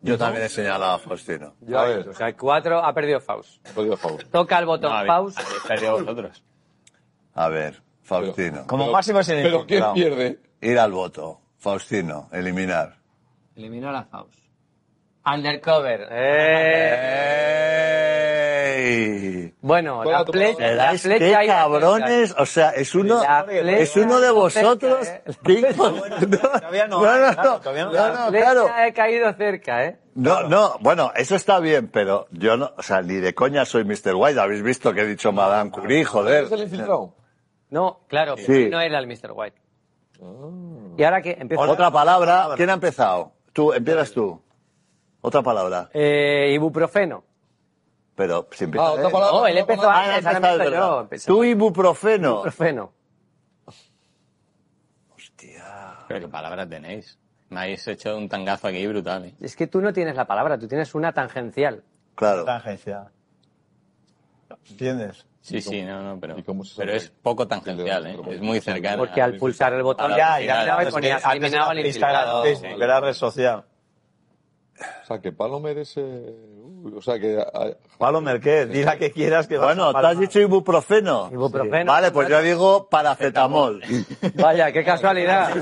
A: Yo también he señalado a Faustino.
B: Yo
D: a
B: a
D: ver.
B: Itus. O sea, cuatro ha perdido Faust.
D: He podido Faust.
B: Toca el botón
E: No, habéis-
B: Faust.
E: habéis perdido vosotros.
A: A ver, Faustino.
C: Como máximo es el
D: Pero ¿quién
C: infiltrado.
D: pierde?
A: Ir al voto. Faustino, eliminar.
I: Eliminar a Faust.
B: Undercover. Eh.
A: ¡Ey!
B: Bueno,
D: Hola,
B: la,
D: tú-
B: fle-
D: ¿Le
B: la
A: ¿Veis
B: flecha
A: qué
B: ahí-
A: cabrones? O sea, es uno,
B: La flecha
A: es uno de
B: ahí-
A: vosotros.
B: cerca, eh.
A: que- No,
C: todavía no,
A: no,
C: claro,
A: no,
C: todavía no.
A: no,
B: La
A: no,
B: flecha
A: claro.
B: he caído cerca, ¿eh?
A: No, no, bueno, eso está bien, pero yo no, o sea, ni de coña soy Mr. White. Habéis visto que he dicho Madame Curie, joder.
D: ¿Es el infiltrado?
B: No, claro,
A: Sí.
B: porque no era el Mr. White. Y ahora que empieza
A: Otra palabra. ¿Quién ha empezado? Tú, empiezas tú. Otra palabra.
B: eh, ibuprofeno.
A: Pero sin
D: Ah, otra palabra.
B: No, él empezó
A: Ah, no,
B: antes, ahora
A: empezó, es
B: empiezo
A: verdad.
B: yo. empecé-
A: Tú ibuprofeno.
B: Ibuprofeno.
E: Pero qué palabra tenéis. Me habéis hecho un tangazo aquí brutal. ¿eh?
B: Es que tú no tienes la palabra, tú tienes una tangencial.
A: Claro.
C: Tangencia. ¿Entiendes?
E: Sí, sí, no, no, pero,
D: ¿Y cómo se
E: pero
D: sabe?
E: es poco tangencial, ¿eh? Es muy cercano.
B: Porque al pulsar el botón
E: Ahora,
C: Ya,
E: sí,
C: ya,
E: nada,
C: ya.
B: me
C: es que
B: ponías
C: antes
B: eliminado
C: era
B: al
C: Instagram,
B: infiltrado.
C: Facebook, era red social.
D: O sea, que Palomer es... eh, uy, o sea, que... ah,
C: Palomer, ¿qué? Di la que quieras que vas
A: Bueno,
C: a
A: te has dicho ibuprofeno.
B: Ibuprofeno.
A: Vale, pues yo digo paracetamol.
B: Vaya, qué casualidad.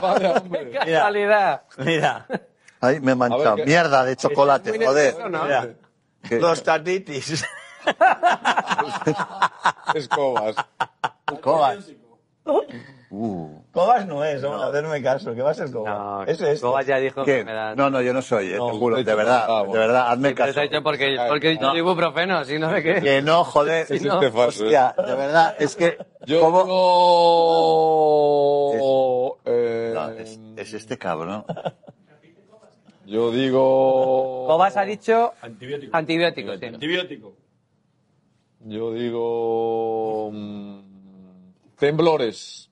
D: Vaya, hombre.
B: Qué casualidad.
C: Mira,
A: Ay, me he manchado.
D: A ver, ¿qué-
A: Mierda de chocolate, joder.
C: mira.
A: ¿Qué?
C: Prostatitis.
D: Escobas.
A: Cobas.
C: Cobas no es, hombre, hacerme caso, que va a ser Cobas.
B: No,
C: es esto.
B: Cobas ya dijo
A: ¿Qué?
B: que me da.
A: No, no, yo no soy, eh,
D: No,
A: te juro,
D: no he
A: de
D: dicho nada,
A: verdad,
D: bueno.
A: de verdad, hazme
B: Pero
A: caso.
B: se ha dicho porque, porque he dicho
D: No.
B: ibuprofeno, si no sé qué.
A: Que no, joder.
D: Es
B: no,
D: este falso. ¿eh?
A: Hostia, de verdad, es que...
D: Yo
A: ¿cómo?
D: digo... eh,
A: No, es, es este cabrón.
D: Yo digo...
B: Cobas ha dicho
F: Antibiótico.
B: antibióticos. sí.
F: Antibiótico.
D: Yo digo... mm, Temblores.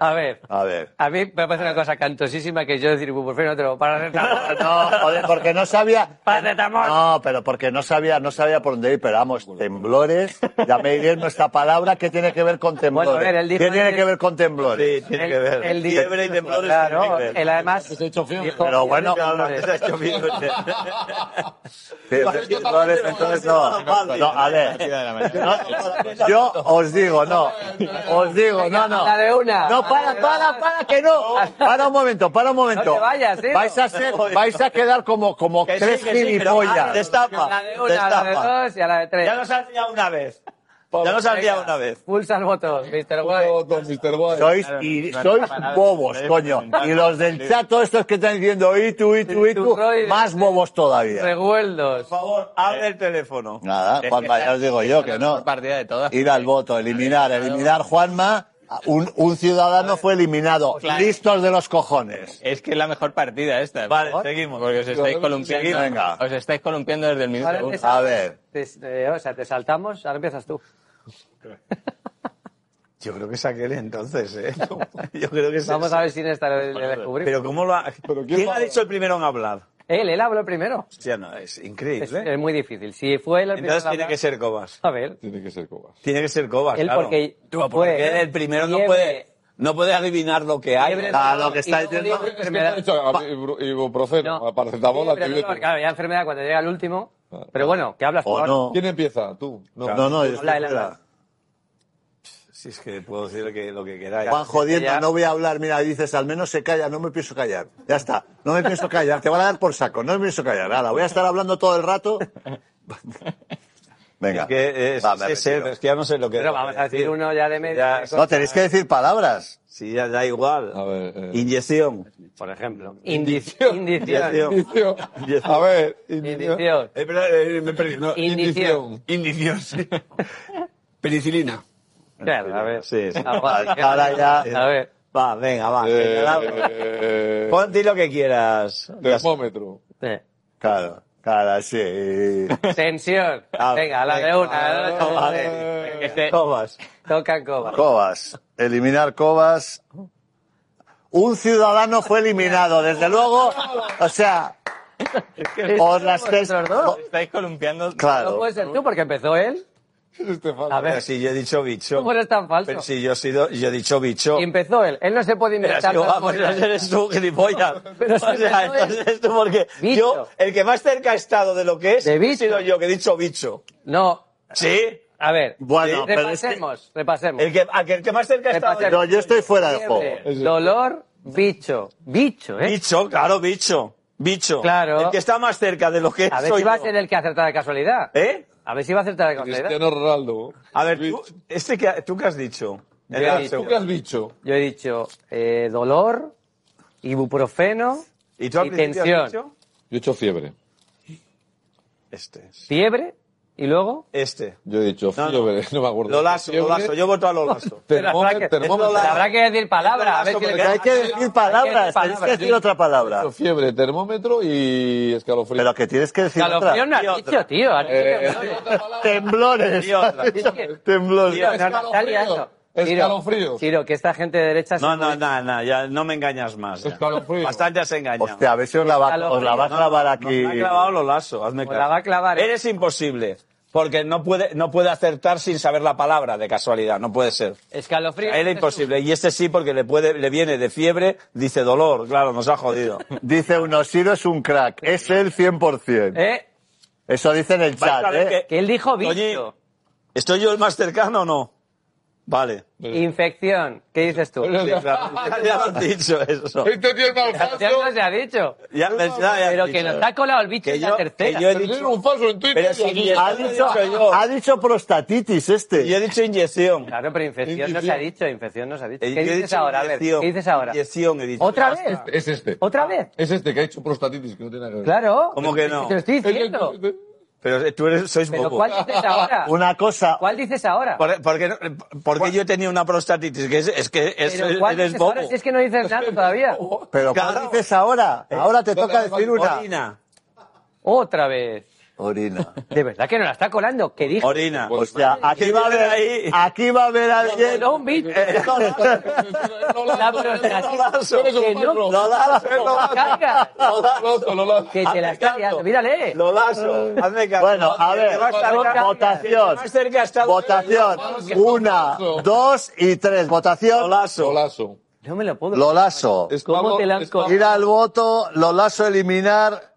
B: A ver.
A: A ver.
B: A mí me parece una cosa cantosísima que yo decir ibuprofeno no te lo para
A: No, joder, porque no sabía.
B: Paracetamol.
A: No, pero porque no sabía, no sabía por dónde ir, pero vamos, temblores. Ya me diréis nuestra palabra que tiene que ver con temblores.
B: Bueno, a ver, él dijo
A: ¿Qué tiene
B: que-
A: que ver con temblores?
C: Sí, tiene que ver.
B: Él dijo-
C: Fiebre y temblores.
B: Claro,
C: tiene que ver.
B: él además. dijo-
A: Pero bueno,
B: dijo-
C: No, no, te has hecho fiebre.
A: Fiebre y temblores, entonces no. No, a ver. No, yo os digo, no. Os digo, no, no.
B: La de una.
A: No, para, para, para, que no. Para un momento, para un momento.
B: No te vayas, tío.
A: Vais a ser, vais a quedar como, como
C: Que sí,
A: tres
C: que sí, pero- ah,
A: gilipollas.
C: Destapa.
B: La de una, la de
C: Destapa.
B: dos y a la de tres.
C: Ya nos has liado una vez. Ya nos has
B: Venga,
C: liado una vez.
B: Pulsa el botón, Mr. White.
D: Puto botón, Mr. Boy.
A: Sois, y sois bobos, coño. Y los del chat, todos estos que están diciendo y tú, y tú, y tú, más bobos todavía.
B: Regueldos.
C: Por favor, abre el teléfono.
A: Nada, Juanma, ya os digo yo que no.
E: Partida de todas.
A: Ir al voto, eliminar, eliminar Juanma. Un, un ciudadano fue eliminado. Listos de los cojones.
E: Es que es la mejor partida esta.
C: Vale, seguimos.
E: Porque os estáis columpiando.
A: Venga.
E: Os estáis columpiando desde el minuto
B: Ahora te
E: uno.
B: sal-
A: A ver.
B: te- eh, o sea, te saltamos, ahora empiezas tú.
F: Yo creo que es aquel entonces, ¿eh?
C: Yo creo que es
B: Vamos
C: eso.
B: a ver si en esta le, le descubrimos.
C: Pero ¿cómo lo ha...
D: Pero ¿quién
C: ¿Quién
D: va-
C: ha dicho el primero en hablar?
B: Él, él habló primero.
C: Hostia, no,
B: Es,
C: es
A: ¿eh?
C: increíble.
B: es muy difícil. Si fue él el
C: Entonces
B: primero.
C: tiene que ser Cobas.
B: A ver,
D: Tiene que ser Cobas.
C: Tiene que ser Cobas,
B: él
C: claro.
B: porque.
C: Tú,
B: fue
C: porque el primero no
B: fiebre,
C: puede, no puede adivinar lo que hay.
B: fiebre,
A: Ah, lo que está
B: y luego
A: diciendo-
B: dijo
D: Es que
B: enfermedad.
D: te he dicho, a- ibru- ibuprofeno,
B: No,
D: paracetamol,
B: fiebre,
D: antibiótico.
B: dolor, Claro, ya enfermedad cuando llega el último. Pero bueno, ¿qué hablas tú
A: O
B: ahora?
A: no.
D: ¿Quién empieza? Tú. No.
A: No, no, yo
B: Habla,
A: estoy
B: habla,
A: fuera.
C: Si es que puedo decir que, lo que queráis.
A: Juan jodiendo,
B: Ya.
A: no voy a hablar. Mira, dices, al menos se calla, no me pienso callar. Ya está, no me pienso callar, te van a dar por saco, no me pienso callar. Nada, voy a estar hablando todo el rato. Venga.
C: Es que eh, es,
A: Va, me
C: es ser,
A: retiro.
C: es que ya no sé lo que.
B: Pero vamos a decir uno ya de medio.
C: Ya,
B: de
A: No,
B: cosa.
A: tenéis que decir palabras.
C: Si ya da
D: A
C: igual.
D: ver. eh,
C: Inyección.
B: Por ejemplo. Indición.
D: Indición.
B: Indición.
C: Indición.
D: indicio. A ver. indicio.
B: Indición.
F: Eh, pero, eh, me he perdido, ¿no?
B: Indición.
F: Indición, sí. Penicilina.
B: Claro, a ver.
C: Sí, sí.
B: Ah, Juan,
A: Ahora ya-
B: A ver.
C: Va, venga, va.
B: Eh,
C: Ponte
D: Eh,
C: lo que quieras.
B: Eh.
C: Ya está.
D: termómetro.
B: Sí.
A: Claro, claro, sí.
B: Tensión.
C: Ah,
B: Venga, la de
C: venga.
B: una. la de dos.
C: Ah, vale.
B: Es que
C: Cobas.
B: Tocan coba.
A: Cobas, eliminar Cobas. Un ciudadano fue eliminado, desde luego. O sea, os las tres.
B: Los dos.
E: Estáis columpiando.
B: No
A: Claro.
B: puede ser tú porque empezó él.
D: Estefano.
B: A
C: Pero
B: ver,
C: si yo he dicho bicho.
B: ¿cómo eres tan falso?
C: Pero si yo he sido, yo he dicho bicho.
B: Y empezó él. Él no se puede
C: Pero es
B: inventar.
C: que
B: las
C: vamos,
B: cosas.
C: no eres tú, gilipollas.
B: Pero
C: o
B: si
C: sea,
B: no es-
C: entonces tú, porque
B: Bicho.
C: yo, el que más cerca he estado de lo que es,
B: De bicho.
C: he sido yo que he dicho bicho.
B: No.
C: ¿Sí?
B: A ver. Eh,
A: Bueno, pero es que-
B: repasemos. Repasemos.
C: El que, aquel que más cerca he estado de
B: ¿Eh?
A: No, yo estoy fuera de juego.
B: Fiebre, Dolor, bicho. Bicho, ¿eh?
C: Bicho, claro, bicho. Bicho.
B: Claro.
C: El que está más cerca de lo que
B: A ver
C: soy
B: si va a
C: yo.
B: ser el que acerta de casualidad.
C: ¿Eh?
B: A ver si va a acertar de casualidad.
D: Cristiano Ronaldo.
C: A ver, tú, este que, ¿tú qué has dicho?
B: Yo
C: El
B: he
C: de la
B: dicho-
D: ¿Tú qué has dicho?
B: Yo he dicho eh, dolor, ibuprofeno,
C: ¿Y tú al
B: Y
C: principio has
B: tensión.
C: dicho?
D: Yo he hecho fiebre.
C: Este.
B: fiebre y luego
C: Este.
D: Yo he dicho
C: No,
D: fiebre.
C: no.
D: No, me acuerdo.
C: Lo lazo, lo
D: Fiebre,
C: lazo. Yo voto a lo lazo.
B: Habrá que-
D: Termómetro.
C: Es lo
D: termómetro.
C: lazo.
B: habrá que decir palabra. A ver si
C: Porque
B: le
A: Pero hay que decir palabras, tenéis que decir otra palabra.
D: Yo he hecho Fiebre, termómetro y escalofrío.
A: Pero que tienes que decir otra.
B: Calofrío no
C: Y
B: has
C: otra.
B: dicho, tío. has dicho que
D: Eh,
B: no.
A: Temblores.
C: Y otra.
A: Temblores.
B: No, no, está liando. Ciro,
D: Escalofríos.
B: Ciro, que esta gente de derecha... se
C: No, no,
B: puede-
C: no, no, ya no me engañas más. ya.
D: Escalofrío.
C: Bastante has engañado.
A: Hostia, a ver si os la va, os la va a clavar aquí.
C: Nos ha clavado lo lazo, hazme
B: Os
C: caso.
B: la va a clavar, ¿eh?
C: Eres imposible, porque no puede, no puede acertar sin saber la palabra de casualidad, no puede ser.
B: Escalofrío.
C: Era imposible, y este sí porque le puede, le viene de fiebre, dice dolor, claro, nos ha jodido.
A: Dice uno, Siro es un crack. Es el 100%.
B: ¿Eh?
A: Eso dice en el
C: Vais a
A: chat,
C: ver
A: ¿eh?
B: Que él dijo bicho.
C: Oye, ¿estoy yo el más cercano o no? Vale.
B: Infección. ¿Qué dices tú?
D: Pero-
C: Sí, claro, ya, ya lo has dicho eso.
D: Este tío es mal
B: Ya no
D: falso.
B: se ha dicho.
C: Ya, ya, ya has
B: Pero que
C: dicho.
B: nos ha colado el bicho
C: Que
B: en la
C: yo-
B: tercera.
C: que yo he
D: Pero
C: dicho-
D: era un falso en Twitter.
C: Pero si
D: y aquí-
C: yo-
A: Ha
C: lo he
A: dicho,
C: dicho yo.
A: ha dicho prostatitis este.
C: Yo he dicho inyección.
B: Claro, pero infección no se ha dicho, infección no se ha dicho. ¿Qué
C: Eh, yo he
B: dices
C: dicho
B: ahora? A ver, ¿qué
C: inyección,
B: dices ahora?
C: inyección, he dicho.
B: ¿Otra
C: Ya
B: vez?
C: está.
D: Es este.
B: ¿Otra vez?
D: Es este que ha hecho prostatitis, que no tiene nada que ver.
B: Claro.
C: ¿Cómo que no?
B: Te lo estoy
D: Es este, el-
B: diciendo.
C: Pero eh, tú eres, sois
B: Pero
C: bobo.
B: ¿cuál dices ahora?
A: Una cosa,
B: ¿Cuál dices ahora?
C: ¿Por, por qué, no- por qué yo tenía una prostatitis? Que es, es que es,
B: Pero ¿cuál
C: eres
B: dices
C: bobo.
B: ahora si es que no dices nada todavía?
A: pero
C: Claro. Eh,
A: ¿cuál dices ahora? Ahora te toca
D: no,
A: decir una.
C: Orina.
B: Otra vez.
A: Orina.
B: De verdad que no la está colando. ¿Qué dijo?
C: Orina.
A: O sea, aquí va a haber,
C: ahí.
A: aquí va a haber alguien.
B: No, un bicho.
D: este,
B: La prostasis.
D: Eres un
B: Que no-
D: perro.
A: No da
C: Ah,
A: la-
D: Lo lazo.
B: Caiga.
D: Lo lazo, lo lazo.
B: Que te la está liando. Mírale.
C: Lo lazo. Hazme caso.
A: Bueno, a ver,
C: Más cerca-
A: votación.
C: más cerca ha estado-
A: Votación. Una, dos y tres.
C: Lo
A: Votación.
D: Lo
C: lazo.
D: lazo.
B: No me lo puedo.
A: Lo lazo.
D: Es
B: ¿Cómo
D: Pablo-
B: te la han
D: es Pablo-
B: colado?
A: Ir al voto, lo lazo eliminar.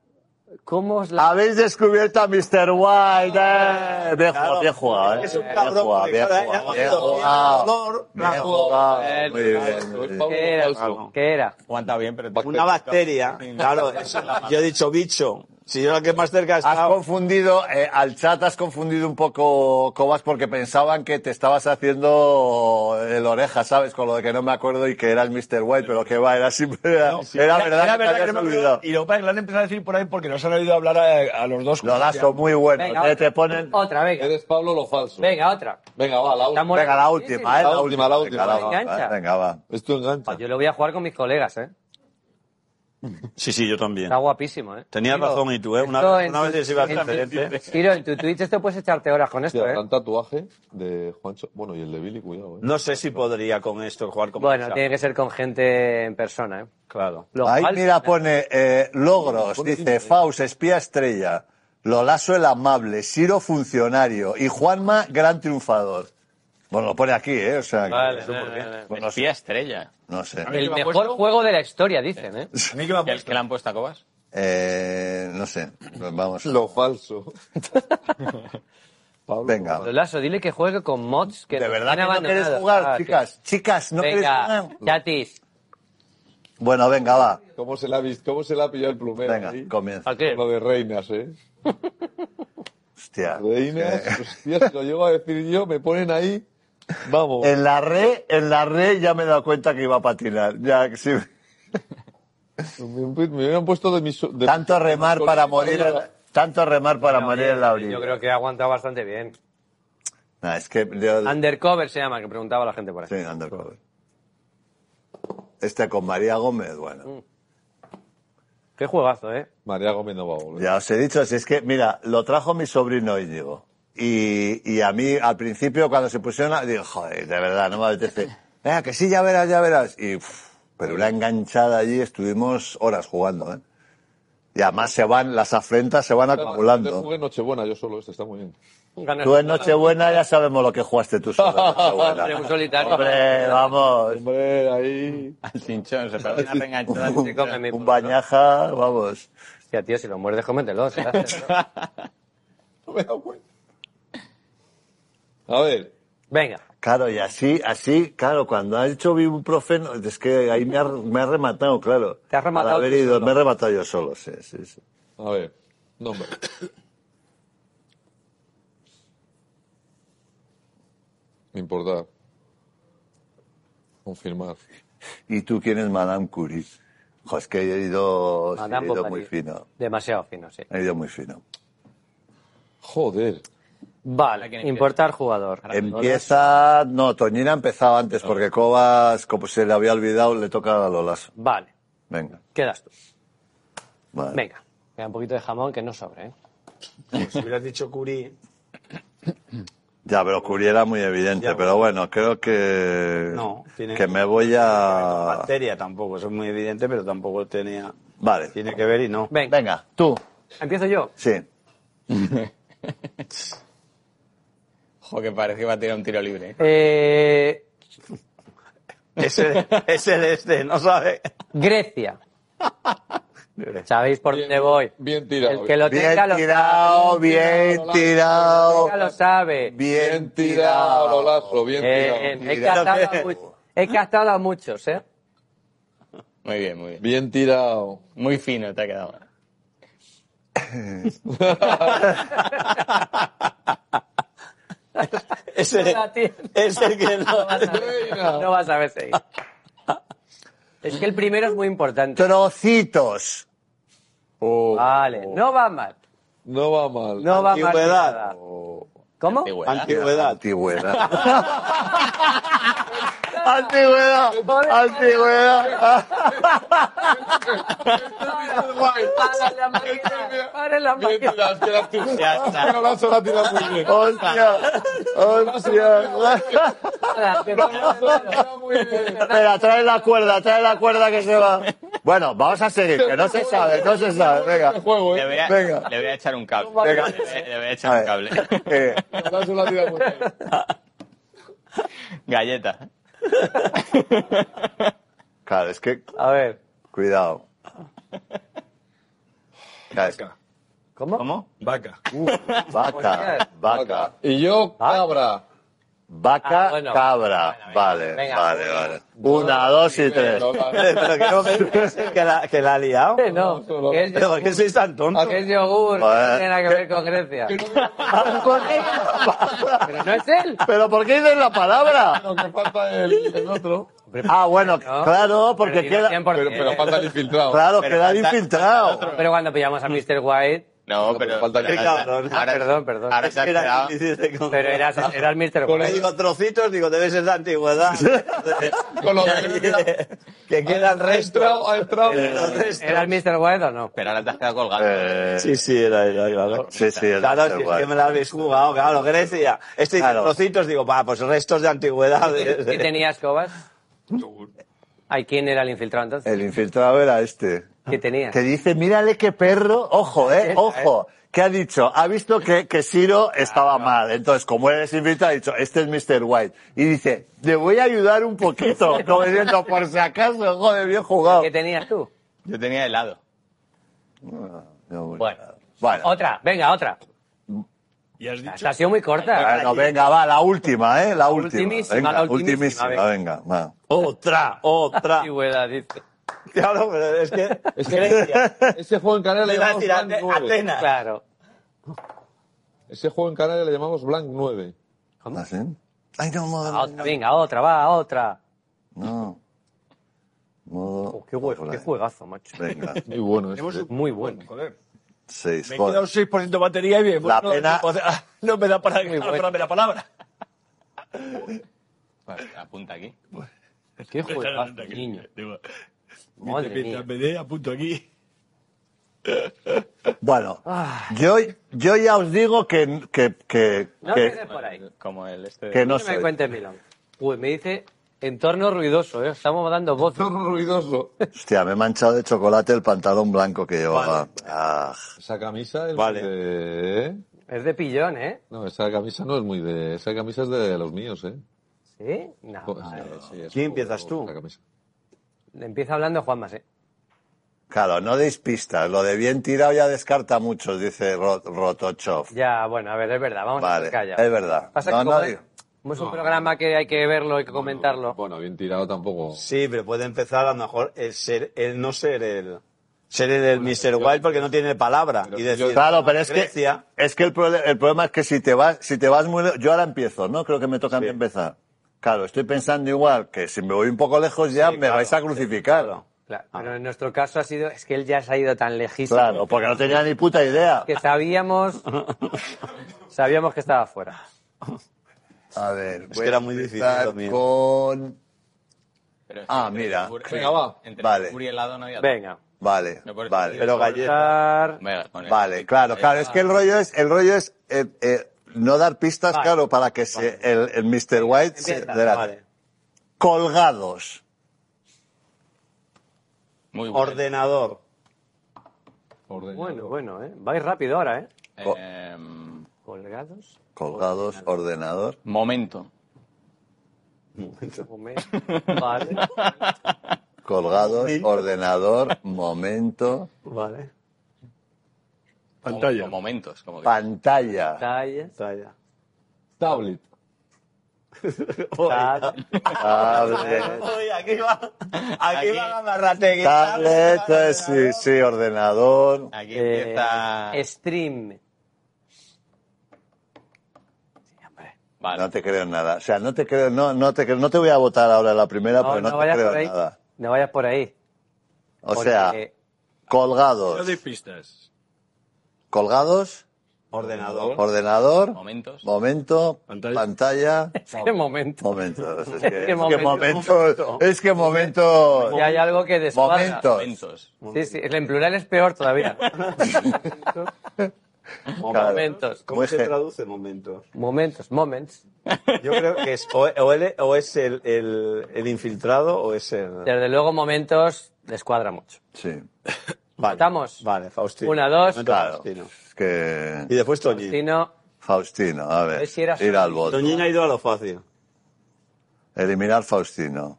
B: ¿Cómo os la...
A: Habéis descubierto a Mr. Wild. eh. Bien jugado, bien jugado, eh.
C: Es un
A: Bien
C: cabrón,
A: jugado, bien
C: porque
A: jugado,
C: ya
A: bien
C: cuando
A: jugado.
C: olor,
A: Bien jugado, Muy bien.
D: Es Pablo
B: ¿Qué era?
D: Lasso.
B: ¿Qué era?
G: Aguanta bien, pero...
D: Bacteria.
C: Una bacteria. Claro, eso. yo he dicho bicho. Si yo la que más
G: Ah,
C: cerca
A: Has
C: está.
A: confundido, eh, al chat has confundido un poco, Cobas, porque pensaban que te estabas haciendo el oreja, ¿sabes? Con lo de que no me acuerdo y que era el Mr. White, pero que va, era siempre, era, era verdad,
F: Era
A: que te
F: verdad que
A: habías
F: no me
A: olvidado.
F: acuerdo. Y luego para que lo han empezado a decir por ahí porque nos han oído hablar a, a los dos.
A: Lo lazo, muy bueno.
B: Venga,
A: te,
B: otra.
A: eh, te ponen,
B: Otra, venga.
D: Eres Pablo lo falso.
B: Venga, otra.
D: Venga, va, la
B: Estamos-
D: última.
A: venga, la última, ¿eh?
D: La última, la última.
A: Venga,
B: Me engancha.
A: va, venga, va.
D: Esto engancha.
B: Yo lo voy a jugar con mis colegas, ¿eh?
G: Sí, sí, yo también.
B: Está guapísimo, ¿eh?
G: Tenías
B: Tiro,
G: razón y tú, ¿eh? Una,
B: esto
G: vez-
B: en
G: una
B: tu-
G: vez les ibas
B: en-
G: diferente.
B: Tiro, en tu Twitch esto puedes echarte horas con esto,
D: Hostia,
B: ¿eh?
D: gran tatuaje de Juancho. Bueno, y el de Billy, cuidado, eh.
G: No sé si podría con esto jugar con
B: Bueno,
G: esa.
B: tiene que ser con gente en persona, ¿eh?
G: Claro.
B: Lo
A: Ahí,
B: falso-
A: mira, pone eh, logros,
D: Pone
A: dice Faust, espía estrella, Lolaso el amable, Ciro funcionario y Juanma gran triunfador. Bueno, lo pone aquí, ¿eh? O sea, que-
B: Vale, vale, vale.
A: Bueno, no sé,
E: Espía estrella.
A: no sé.
B: El
F: ¿Me ha
B: mejor
F: puesto?
B: juego de la historia, dicen, ¿eh?
F: A mí que me ha
E: ¿Qué, qué
F: puesto.
E: le han puesto a Cobas?
A: Eh, no sé, pues vamos.
D: Lo falso. Pablo.
A: Venga.
B: Lolaso, dile que juegue con mods que
A: De
B: nos
A: verdad
B: han
A: que no quieres
B: abandonado.
A: jugar,
B: Ah,
A: chicas. Chicas, no quieres
B: Venga,
A: jugar.
B: chatis.
A: Bueno, venga, va.
D: ¿Cómo se la ha visto? ¿Cómo se la ha pillado el plumero?
A: Venga,
D: ahí?
A: comienza.
B: ¿A qué?
D: Con Lo de reinas, ¿eh?
A: Hostia.
D: Reinas, hostia, si lo llego a decir yo, me ponen ahí. Vamos.
A: En la red, en la red ya me he dado cuenta que iba a patinar. Ya, que sí.
D: Me, me hubieran puesto de mis. de-
A: Tanto remar
D: con-
A: para morir, en- tanto remar para morir en la orilla.
B: Yo creo que ha aguantado bastante bien.
A: Nah, es que yo-
B: Undercover se llama, que preguntaba la gente por ahí.
A: Sí, undercover. Este con María Gómez, bueno.
B: Qué juegazo, ¿eh?
D: María Gómez ¿eh? no va a volver.
A: Ya os he dicho, si es que, mira, lo trajo mi sobrino y digo. Y, y a mí, al principio, cuando se pusieron, a- digo, joder, de verdad, no me apetece. Venga, que sí, ya verás, ya verás. Y, uf, pero una enganchada allí, estuvimos horas jugando, ¿eh? Y además se van, las afrentas se van
D: Yo
A: acumulando.
D: jugué Nochebuena, yo solo, este está muy bien.
B: Ganas-
A: Tú en Nochebuena ya sabemos lo que jugaste tú solo en
B: Hombre, un
A: Nochebuena.
B: solitario.
A: Hombre, vamos.
D: Hombre, ahí.
E: Al cinchón, se perdió una reenganchada.
B: Se come mi-
A: Un bañaja, vamos.
B: Hostia, tío, si lo muerdes, cómetelo. se hace, ¿no?
D: No me he dado cuenta. A ver,
B: Venga.
A: Claro, y así, así, claro, cuando ha hecho ibuprofeno, es que ahí me ha, me ha rematado, claro.
B: Te has rematado
A: Al haber
B: tú
A: ido,
B: solo.
A: me he rematado yo solo, sí, sí, sí.
D: a ver. Nombre. Importar. Confirmar.
A: ¿Y tú quién es Madame Curie? Jo, es que he ido, Pues sí,
B: Madame
A: he ido
B: Bovary.
A: muy fino.
B: Demasiado fino, sí.
A: He ido muy fino.
D: Joder.
B: Vale,
E: quién empieza?
B: importar jugador.
A: Empieza, no, Toñina ha empezado antes, porque Cobas, como se le había olvidado, le toca a Lolaso.
B: Vale,
A: Venga.
B: quedas tú.
A: vale.
B: Venga. Queda un poquito de jamón que no sobre, ¿eh?
G: Si hubieras dicho Curie...
A: Ya, pero Curie era muy evidente, pero bueno, creo que,
G: No, tiene-
A: que me voy
G: Ah.
A: a...
G: Bacteria tampoco, eso es muy evidente, pero tampoco tenía...
A: Vale.
G: Tiene que ver y no.
B: Venga,
A: Venga, tú.
B: empiezo yo.
A: Sí.
E: Ojo, que parece que va a tirar un tiro libre. ¿eh?
B: Eh,
G: Ese, ese de este, no sabe.
B: Grecia. ¿Sabéis por dónde voy?
D: Bien tirado.
B: El que lo
A: Bien
B: tenga lo
A: tirado, bien tirado.
B: Ya lo sabe.
A: Bien
D: tirado,
A: tirado.
D: Lazo, bien
B: Eh,
D: tirado.
B: he, castado a much- he castado a muchos, ¿eh?
E: Muy bien, muy bien.
D: Bien tirado.
E: Muy fino te ha quedado.
G: Ese,
B: No la tiene.
G: ese que no...
B: vas a ver- no vas a ver seguir. Es que el primero es muy importante.
A: Trocitos.
D: Oh,
B: Vale, no va mal.
D: No va mal.
B: No va mal.
G: Antigüedad.
B: nada. ¿Cómo?
E: Antigüedad.
G: Antigüedad.
A: Antigüedad. Antigüedad. Antigüedad.
D: Esto es guay.
B: Para la máquina, para la máquina.
D: Bien tirado, que eras tú.
G: Ya está.
D: Que no lo has solo tirado muy bien.
A: ¡Hostia! ¡Hostia!
B: Nada, que ponga
D: Lo has
B: de nuevo.
D: tirado muy bien.
A: Espera, trae la cuerda, trae la cuerda que se va. Bueno, vamos a seguir, que no se sabe, no se sabe. Venga.
D: Este juego,
E: Le
D: ¿eh?
E: voy a,
A: Venga.
E: le voy a echar un cable.
A: Venga.
E: Le, voy a- le voy a
A: A
E: echar
A: ver,
E: un cable.
A: eh,
D: Lo has solo tirado muy bien.
E: Galleta.
A: claro, es que,
B: A ver,
A: cuidado. Claro, es que-
B: ¿cómo?
E: ¿Cómo?
F: Vaca.
A: vaca, vaca,
D: Y yo, cabra.
A: vaca,
B: Ah, bueno.
A: cabra.
E: Bueno, venga,
A: vale,
E: venga.
A: vale, vale. Una, dos y tres.
D: Bueno, vale.
G: Pero que no me pienses que la, que la ha liado.
B: Eh, No,
D: solo-
B: que es,
G: Pero ¿por qué sois tan tontos?
B: que es yogur, que no
A: Vale.
B: tiene nada que ver con Grecia.
D: Que no me-
B: Pero no es él.
A: ¿Pero por qué dices la palabra?
D: Lo que falta el, el otro.
A: Ah, bueno, claro, porque
B: pero,
A: queda,
B: y no
D: Pero,
B: 100%.
D: pero falta el infiltrado.
A: claro,
E: Pero
A: queda el
E: falta-
A: infiltrado.
B: Pero cuando pillamos a Mr. White,
E: No,
D: No, pero
E: pero.
D: falta el-
E: pero
D: Qué
E: ahora-
G: cabrón.
E: ahora-
B: Perdón, perdón.
E: Ahora se ha
G: Era
E: quedado.
G: difícil de comprar.
B: pero eras, eras Mr.
D: Con
G: Le
B: White.
G: digo trocitos, digo, debe ser de antigüedad.
D: Con lo
G: que,
D: que-
G: que quedan
D: Ha entrado,
G: restos.
D: ha entrado.
G: Los
C: este.
G: restos.
B: ¿Eras Mr. White o no?
E: Pero ahora te has quedado colgado.
A: Eh,
G: Sí, sí, era, era, claro.
A: Sí, sí, era
G: oh. Claro, si es
A: igual.
G: que me la habéis jugado, claro, Grecia. Este dice
A: Claro.
G: trocitos, digo, va, pues restos de antigüedad.
B: ¿Y tenías cobas? ¿Ay, quién era el infiltrado entonces?
A: el infiltrado era este.
B: ¿Qué tenía?
A: Que dice, mírale qué perro, ojo, eh, ojo, que ha dicho, ha visto que, que Ciro estaba mal. Entonces, como eres invitado, ha dicho, este es Mr. White. Y dice, le voy a ayudar un poquito, como diciendo, por si acaso, joder, bien jugado.
B: ¿Qué tenías tú?
E: Yo tenía helado.
A: No,
B: Bueno.
A: bueno.
B: Otra, venga, otra.
F: Y has dicho
B: Esta ha sido muy corta.
A: Bueno, Ah, venga, va, la última, ¿eh? La última.
B: ultimísima,
A: venga,
B: la ultimísima,
A: ultimísima, venga, va.
G: Otra, otra.
B: Antigüedad, dice.
G: Claro, pero es que.
D: Es que-
G: Grecia.
D: Ese juego en Canarias le
G: Iba a
D: llamamos
G: decir
D: Blank
G: Ate-
D: 9.
G: Atenas.
B: Claro.
D: Ese juego en Canarias le llamamos Blank 9.
A: ¿Así? Ay, no, modo.
B: A otra, venga, otra, va, otra.
A: No. Modo.
B: Oh, qué, jue- qué juegazo, macho.
A: Venga,
G: Eh,
D: Muy bueno este.
F: Hemos-
B: Muy bueno.
F: Joder.
A: seis.
F: Me he
A: joder.
F: quedado 6% de batería y bien.
A: La
F: no,
A: pena-
F: no, no me da para recordarme la palabra.
E: Vale, Pues, Apunta aquí.
B: Qué juegazo, niño.
F: Digo,
B: Madre
F: mientras
B: mía.
F: me dé, apunto aquí.
A: Bueno,
B: Ah.
A: yo, yo ya os digo que, que, que,
B: No
A: que-
B: quede por ahí.
E: Como el este.
A: que no
B: Que me
A: soy.
B: cuente Milán. Uy, me dice entorno ruidoso, ¿eh? Estamos dando voces.
D: Todo ruidoso.
A: Hostia, me he manchado de chocolate el pantalón blanco que llevaba. Ah,
D: Esa camisa es
G: Vale.
D: de... ¿eh?
B: Es de pillón, ¿eh?
D: No, esa camisa no es muy de... Esa camisa es de los míos, ¿eh?
B: ¿Sí? No.
A: Pues,
D: Sí, es
G: Ah, ¿Quién
D: como-
G: empiezas tú?
D: la camisa.
B: Empieza hablando Juan Masé.
A: claro, no deis pistas. Lo de bien tirado ya descarta muchos, dice Ro- Rotochov.
B: Ya, bueno, a ver, es verdad, vamos a
A: Vale,
B: estar callados.
A: es verdad.
B: Pasa
A: No,
B: que como
A: no
B: es,
A: digo.
B: como es un programa que hay que verlo, hay que comentarlo.
D: Bueno, bien tirado tampoco.
G: Sí, pero puede empezar a lo mejor el ser, el no ser el. Ser el, el Mr. Wild porque no tiene palabra. Y decir,
A: Claro, pero es que,
G: Grecia,
A: es que el, prole- el problema es que si te vas, si te vas muy lejos, yo ahora empiezo, ¿no? Creo que me toca a mí empezar. Claro, estoy pensando igual que si me voy un poco lejos ya me vais a crucificar. claro.
B: Claro, pero en nuestro caso ha sido, es que él ya se ha ido tan lejísimo
A: porque no tenía ni puta idea.
B: que sabíamos, sabíamos que estaba fuera.
A: A ver,
G: que era muy difícil
A: empezar
G: también.
A: con
E: Pero es que
A: Ah,
E: entre
A: mira.
E: yogur-
D: Venga, va.
E: Entre
A: Vale.
E: yogur y helado no había.
B: Venga.
A: Vale,
E: No, por eso
A: vale.
E: digo.
G: pero galleta.
B: Cortar.
E: Venga, con el-
A: Vale, claro, claro. Es que el rollo es, el rollo es eh, eh, no dar pistas,
B: Vale.
A: claro, para que se, el, el Mr. White se
B: Empieza,
A: delate.
G: Vale.
A: Colgados.
E: Muy bueno.
G: Ordenador.
D: Orden.
B: Bueno, bueno, ¿eh? Vais rápido ahora, ¿eh?
E: Em,
B: Colgados.
A: Colgados, ordenador.
E: momento.
B: comer. Vale.
A: Colgados,
G: Momento.
A: ordenador, momento,
B: Vale.
E: Pantalla. momentos. Como que-
A: pantalla.
B: Tallas.
G: Talla.
D: Tablet.
B: tal.
A: Tablet.
G: Uy, aquí va. Aquí,
E: Aquí-
G: va la marrategui.
A: Tablet,
G: Aquí va
A: eh, sí, sí, ordenador.
E: Aquí
B: Eh,
E: empieza.
B: Stream.
E: Vale.
A: No te creo nada. O sea, no te creo, no, no te creo, no te voy a votar ahora la primera,
B: No,
A: pero no,
B: no
A: te
B: vayas
A: creo
B: por ahí.
A: nada.
B: No vayas por ahí.
A: O
B: porque
A: sea,
B: eh,
F: No
A: colgados.
F: doy pistas.
A: Colgados,
C: Ordenador.
A: Ordenador.
E: Momentos.
A: Momento.
F: Pantalla.
A: Pantalla.
B: Qué este momento.
A: Momentos. Es que,
B: Qué
A: es que
B: momento.
A: momentos. Es que momentos.
B: Y hay algo que descuadra.
A: Momentos.
E: Momentos.
B: Sí, sí, en plural es peor todavía.
A: Claro.
B: Momentos.
C: ¿Cómo
A: Muy
C: se
A: gen-
C: traduce momentos?
B: Momentos, moments.
C: Yo creo que es o, o él- o es el, el- el infiltrado o es el...
B: Desde luego, momentos descuadra mucho.
A: Sí.
C: Vale,
B: ¿Estamos?
C: Vale, Faustino.
B: Una, dos.
C: Momento
A: Claro.
C: Faustino.
A: Es que.
C: Y después
B: Si
C: Toñín.
B: no,
A: Faustino, a
B: A
A: ver.
B: ver si era
A: ir al
B: Faustino.
A: voto.
C: Toñín ha ido a lo fácil.
A: Eliminar Faustino.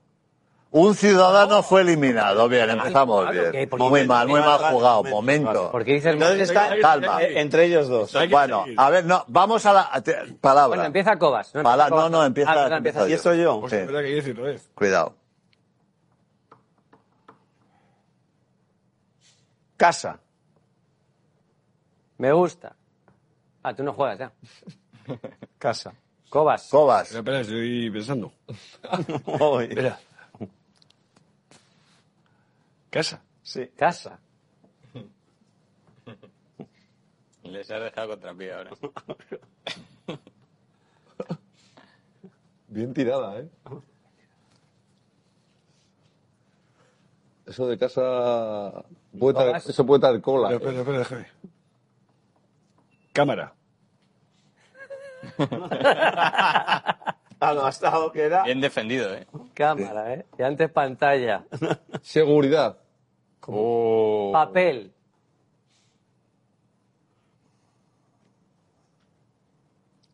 A: Un ciudadano fue eliminado. Bien, empezamos
B: claro,
A: bien.
B: que por-
A: Muy
C: Momento,
A: mal, muy mal
C: momento,
A: jugado.
C: momento,
A: Momento.
B: ¿por qué dices
C: Entonces
B: momentos?
C: está
A: Calma.
C: eh, entre ellos dos.
F: Hay que
A: Bueno,
F: seguir.
A: a ver, no, vamos a la a te-
B: Bueno,
A: palabra.
B: empieza Cobas. No,
A: Pala-
B: Cobas.
A: no, no, empieza-
B: Ah, perdón,
A: empieza
B: empieza
C: ¿Y esto yo?
A: Sí.
F: Hostia, Pues es verdad que ¿eh? Jessy no es.
A: Cuidado.
C: Casa.
B: Me gusta. Ah, tú no juegas ya.
C: Casa.
B: Cobas.
A: Cobas.
F: Espera, espera, estoy pensando.
C: Uy.
F: Espera. Casa.
C: Sí.
B: Casa.
E: Les has dejado contra pie ahora.
D: Bien tirada, ¿eh? Eso de casa... puede traer-
B: Colas.
D: eso puede traer cola.
F: Espera,
D: ¿eh?
F: espera, espera, déjame. Cámara.
C: Ah, no, ha estado que era...
E: Bien defendido, ¿eh?
B: Cámara, ¿eh? Y antes pantalla.
D: Seguridad.
A: Oh.
B: Papel.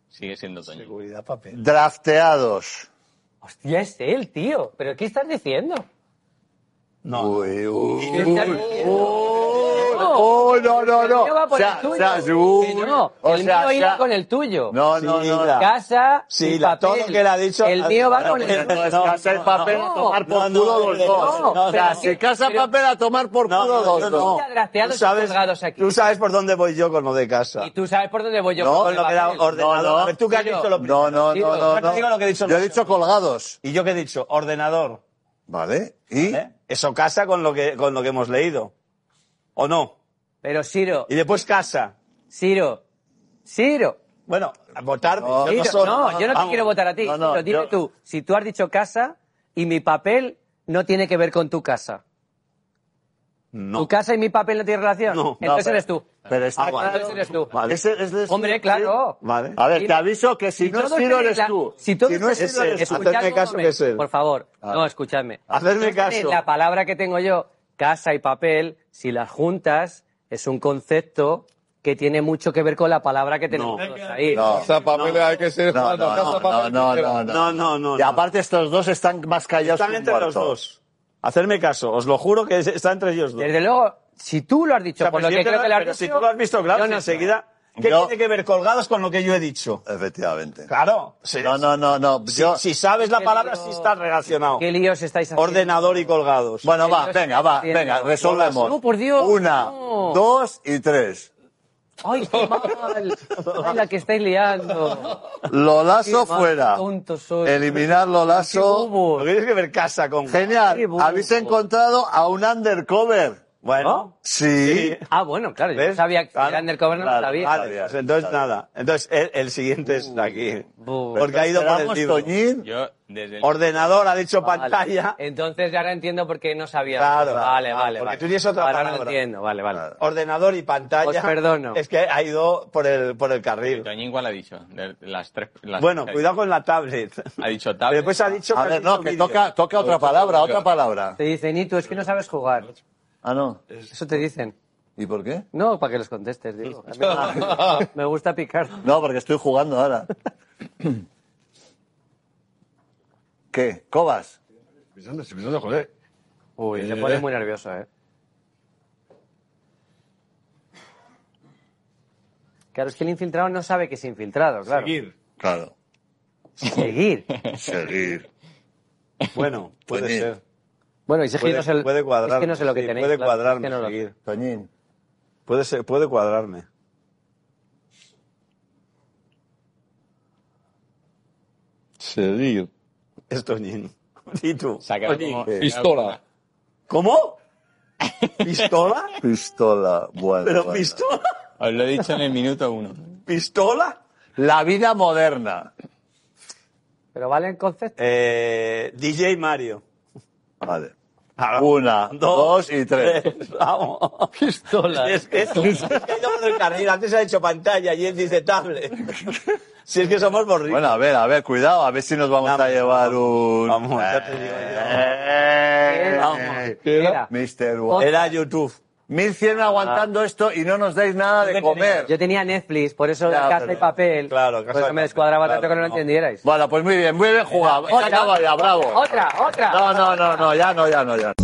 E: Sigue siendo Toño.
C: Seguridad, papel.
A: Drafteados.
B: Hostia, es él, tío. ¿Pero qué estás diciendo?
C: No.
A: Uy, uy.
B: ¿Qué estás diciendo?
A: Oh, no, no, no.
B: El mío va por
A: O sea,
B: el tuyo.
A: o sea, uy.
B: Que no,
A: O
B: el
A: sea,
B: mío
A: o
B: hila
A: sea-
B: con el tuyo.
A: No, no,
C: Sí,
A: no.
C: la-
B: Casa
C: Sí,
B: y
C: la-
B: papel.
C: todo lo que le ha dicho-
B: El mío va
C: Bueno,
B: con
C: pues
A: No,
B: el tuyo.
A: es
C: No,
A: casa y
C: no,
A: papel
B: no.
A: a tomar por
C: No, no,
A: culo los
C: no,
A: dos.
B: no,
A: o sea,
B: pero
A: si
B: aquí-
A: casa
B: pero-
A: papel a tomar por
C: No,
A: culo
C: no,
A: los
C: no,
A: dos.
C: no.
B: Desgraciados
C: Tú sabes-
B: y colgados aquí.
C: Tú sabes por dónde voy yo con lo de casa.
B: Y tú sabes por dónde voy yo.
A: No,
B: con
C: Con
B: el
C: lo que era
B: papel.
C: ordenador.
A: No, no.
C: A ver, tú que has
B: Yo.
C: dicho lo
A: No,
C: primero.
A: no,
B: Digo,
A: no, no.
C: yo te
A: no.
C: digo lo que he dicho
A: Yo he
C: antes.
A: dicho colgados.
C: ¿Y yo qué he dicho? Ordenador.
A: ¿Vale? ¿Y?
C: ¿eh? Eso casa con lo que, con lo que hemos leído. ¿O no?
B: Pero Ciro,
C: Y después casa.
B: Ciro, Ciro.
C: Bueno, a votar.
A: No,
C: yo
B: Ciro,
C: no,
B: no,
C: soy-
B: yo no te
C: vamos.
B: quiero votar a ti.
A: No, no,
B: Ciro, dime
A: yo-
B: tú, si tú has dicho casa y mi papel no tiene que ver con tu casa.
C: No.
B: ¿Tu casa y mi papel no tienen relación?
C: No, no,
B: Entonces
A: pero-
B: eres tú.
A: Pero está
C: Ah, vale.
A: claro.
B: Entonces eres tú.
C: Vale.
A: Ese- ese eres
B: Hombre,
A: tú,
B: claro.
C: Vale.
A: A ver,
B: Y-
A: te aviso que si
B: si
A: no es
B: todos
A: Ciro
B: tenéis
A: eres
B: la-
A: tú.
B: Si, todos
A: no es
B: tenéis-
A: Ciro eres tú.
B: escuchadme
C: Hacerme
B: un
C: caso que
B: momento,
C: es él. Ah.
B: Por favor, no, escuchadme.
C: Hacerme
B: Entonces,
C: caso.
B: La palabra que tengo yo, casa y papel, si las juntas, es un concepto que tiene mucho que ver con la palabra que tenemos
C: No.
B: todos ahí.
A: No.
D: Casa, papel, hay que ser...
A: No,
D: Juan,
A: no,
D: casa,
A: no, no,
D: papel,
A: no,
D: tijera.
A: no, no.
C: No, no, no,
A: Y
C: no.
A: aparte estos dos están más callados que
C: Están
A: un
C: entre los
A: muerto.
C: dos. Hacerme caso. Os lo juro que es- está entre ellos dos.
B: Desde luego, si tú lo has dicho,
C: O sea,
B: por lo que
C: presidente,
B: creo que lo has
C: pero
B: dicho,
C: si tú lo has visto, claro,
B: yo
C: si
B: no sé.
C: enseguida. ¿Qué
A: Yo-
C: tiene que ver colgados con lo que yo he dicho?
A: Efectivamente.
C: Claro. sí.
A: No, no, no, no.
C: Si,
A: Yo...
C: si sabes la
B: Qué
C: palabra,
B: lío.
C: sí está relacionado.
B: ¿Qué líos estáis haciendo?
C: Ordenador y colgados.
A: Bueno, va,
B: Ellos
A: venga, va,
B: haciendo-
A: venga, resolvemos.
B: No, por Dios,
A: Una,
B: no.
A: dos y tres.
B: Ay, qué mal. Ay, la que estáis liando.
A: Lolazo
B: Qué mal
A: fuera.
B: tonto soy.
A: Eliminar
B: Qué
A: Lolazo.
B: bobo.
C: Lo que tienes que ver casa con.
A: Genial.
B: Qué bobo.
A: Habéis encontrado a un undercover.
C: Bueno.
A: Sí.
C: Sí.
B: Ah, bueno, claro, yo
C: ¿Ves?
B: no sabía que
C: Claro,
B: era undercover, no lo
A: claro,
B: sabía. Uh,
C: Vale,
A: Sabías,
C: pues entonces
A: sabías.
C: nada. Entonces el, el siguiente es aquí.
B: bu.
C: Porque ha ido por el
A: Esperamos,
C: libro.
A: Toñín.
E: Yo, desde el...
C: Ordenador, ha dicho
B: Vale.
C: pantalla.
B: Entonces ahora entiendo por qué no sabía.
C: Claro,
B: vale,
C: claro,
B: vale.
C: porque
B: vale.
C: tú tienes otra
B: ahora
C: palabra.
B: lo entiendo, vale, vale.
A: Claro.
C: Ordenador y pantalla.
B: Os Pues perdono.
C: Es que ha ido por el, por el carril.
E: Toñín, ¿cuál ha dicho? De las tres... las-
C: Bueno, cuidado con la tablet.
E: Ha dicho tablet.
C: Después ha dicho
A: A
C: has
A: ver,
C: visto
A: no, que
C: vídeo.
A: toca, toca otra palabra, otra palabra.
B: Te dicen, y tú, es que no sabes jugar.
A: Ah, no.
B: Eso te dicen.
A: ¿Y por qué?
B: No, para que los contestes, digo. A mí Me gusta picar.
A: No, porque estoy jugando ahora. ¿Qué? ¿Cobas?
F: Pensando, estoy pensando, joder.
B: Uy, te
F: Eh.
B: pones muy nervioso, ¿eh? Claro, es que el infiltrado no sabe que es infiltrado, claro.
F: Seguir.
A: Claro.
B: Seguir.
A: Seguir.
C: Bueno, puede
A: Puede-
C: ser.
B: Bueno, y seguir
C: Puede,
B: no sé,
C: puede cuadrar.
B: es que no sé lo que
C: sí,
B: tenéis.
C: Puede
B: claro, es que
C: cuadrarme.
B: no lo sé.
C: seguir.
A: Toñín.
C: Puede, ser, puede cuadrarme.
D: Seguir.
C: Es Toñín. ¿Y tú?
E: Sacar
C: Toñín.
E: como-
D: Pistola.
C: ¿Cómo? ¿Pistola?
A: Pistola. Bueno.
C: ¿Pero
A: bueno.
C: pistola?
E: Os lo he dicho en el minuto uno.
C: pistola,
A: La vida moderna.
B: Pero vale el concepto.
C: eh, DJ Mario.
A: Vale. Una, dos y tres.
C: Vamos.
J: Pistola.
C: Es que, es que ha ido por el carril, antes ha hecho pantalla y él dice tablet. Si es que somos borricos.
A: Bueno, a ver, a ver, cuidado, a ver si nos vamos
C: Vamos,
A: a llevar un.
C: Vamos, ya te digo
A: Eh,
C: Vamos.
B: Mira,
A: Mr.
C: yo.
A: Wa-
C: Era YouTube.
A: 1100 aguantando esto y no nos dais nada de comer.
B: yo tenía Netflix, por eso
A: Ya,
B: la casa
A: pero-
B: y papel.
C: claro, Casa
B: por
C: y
B: eso
C: Papel,
B: me descuadraba
C: claro,
B: tanto que no lo
C: no.
B: entendierais.
A: Bueno, pues muy bien, muy bien jugado. Se ha acabado ya, bravo.
B: Otra, otra.
A: No, no, no, no, ya no, ya no, ya no.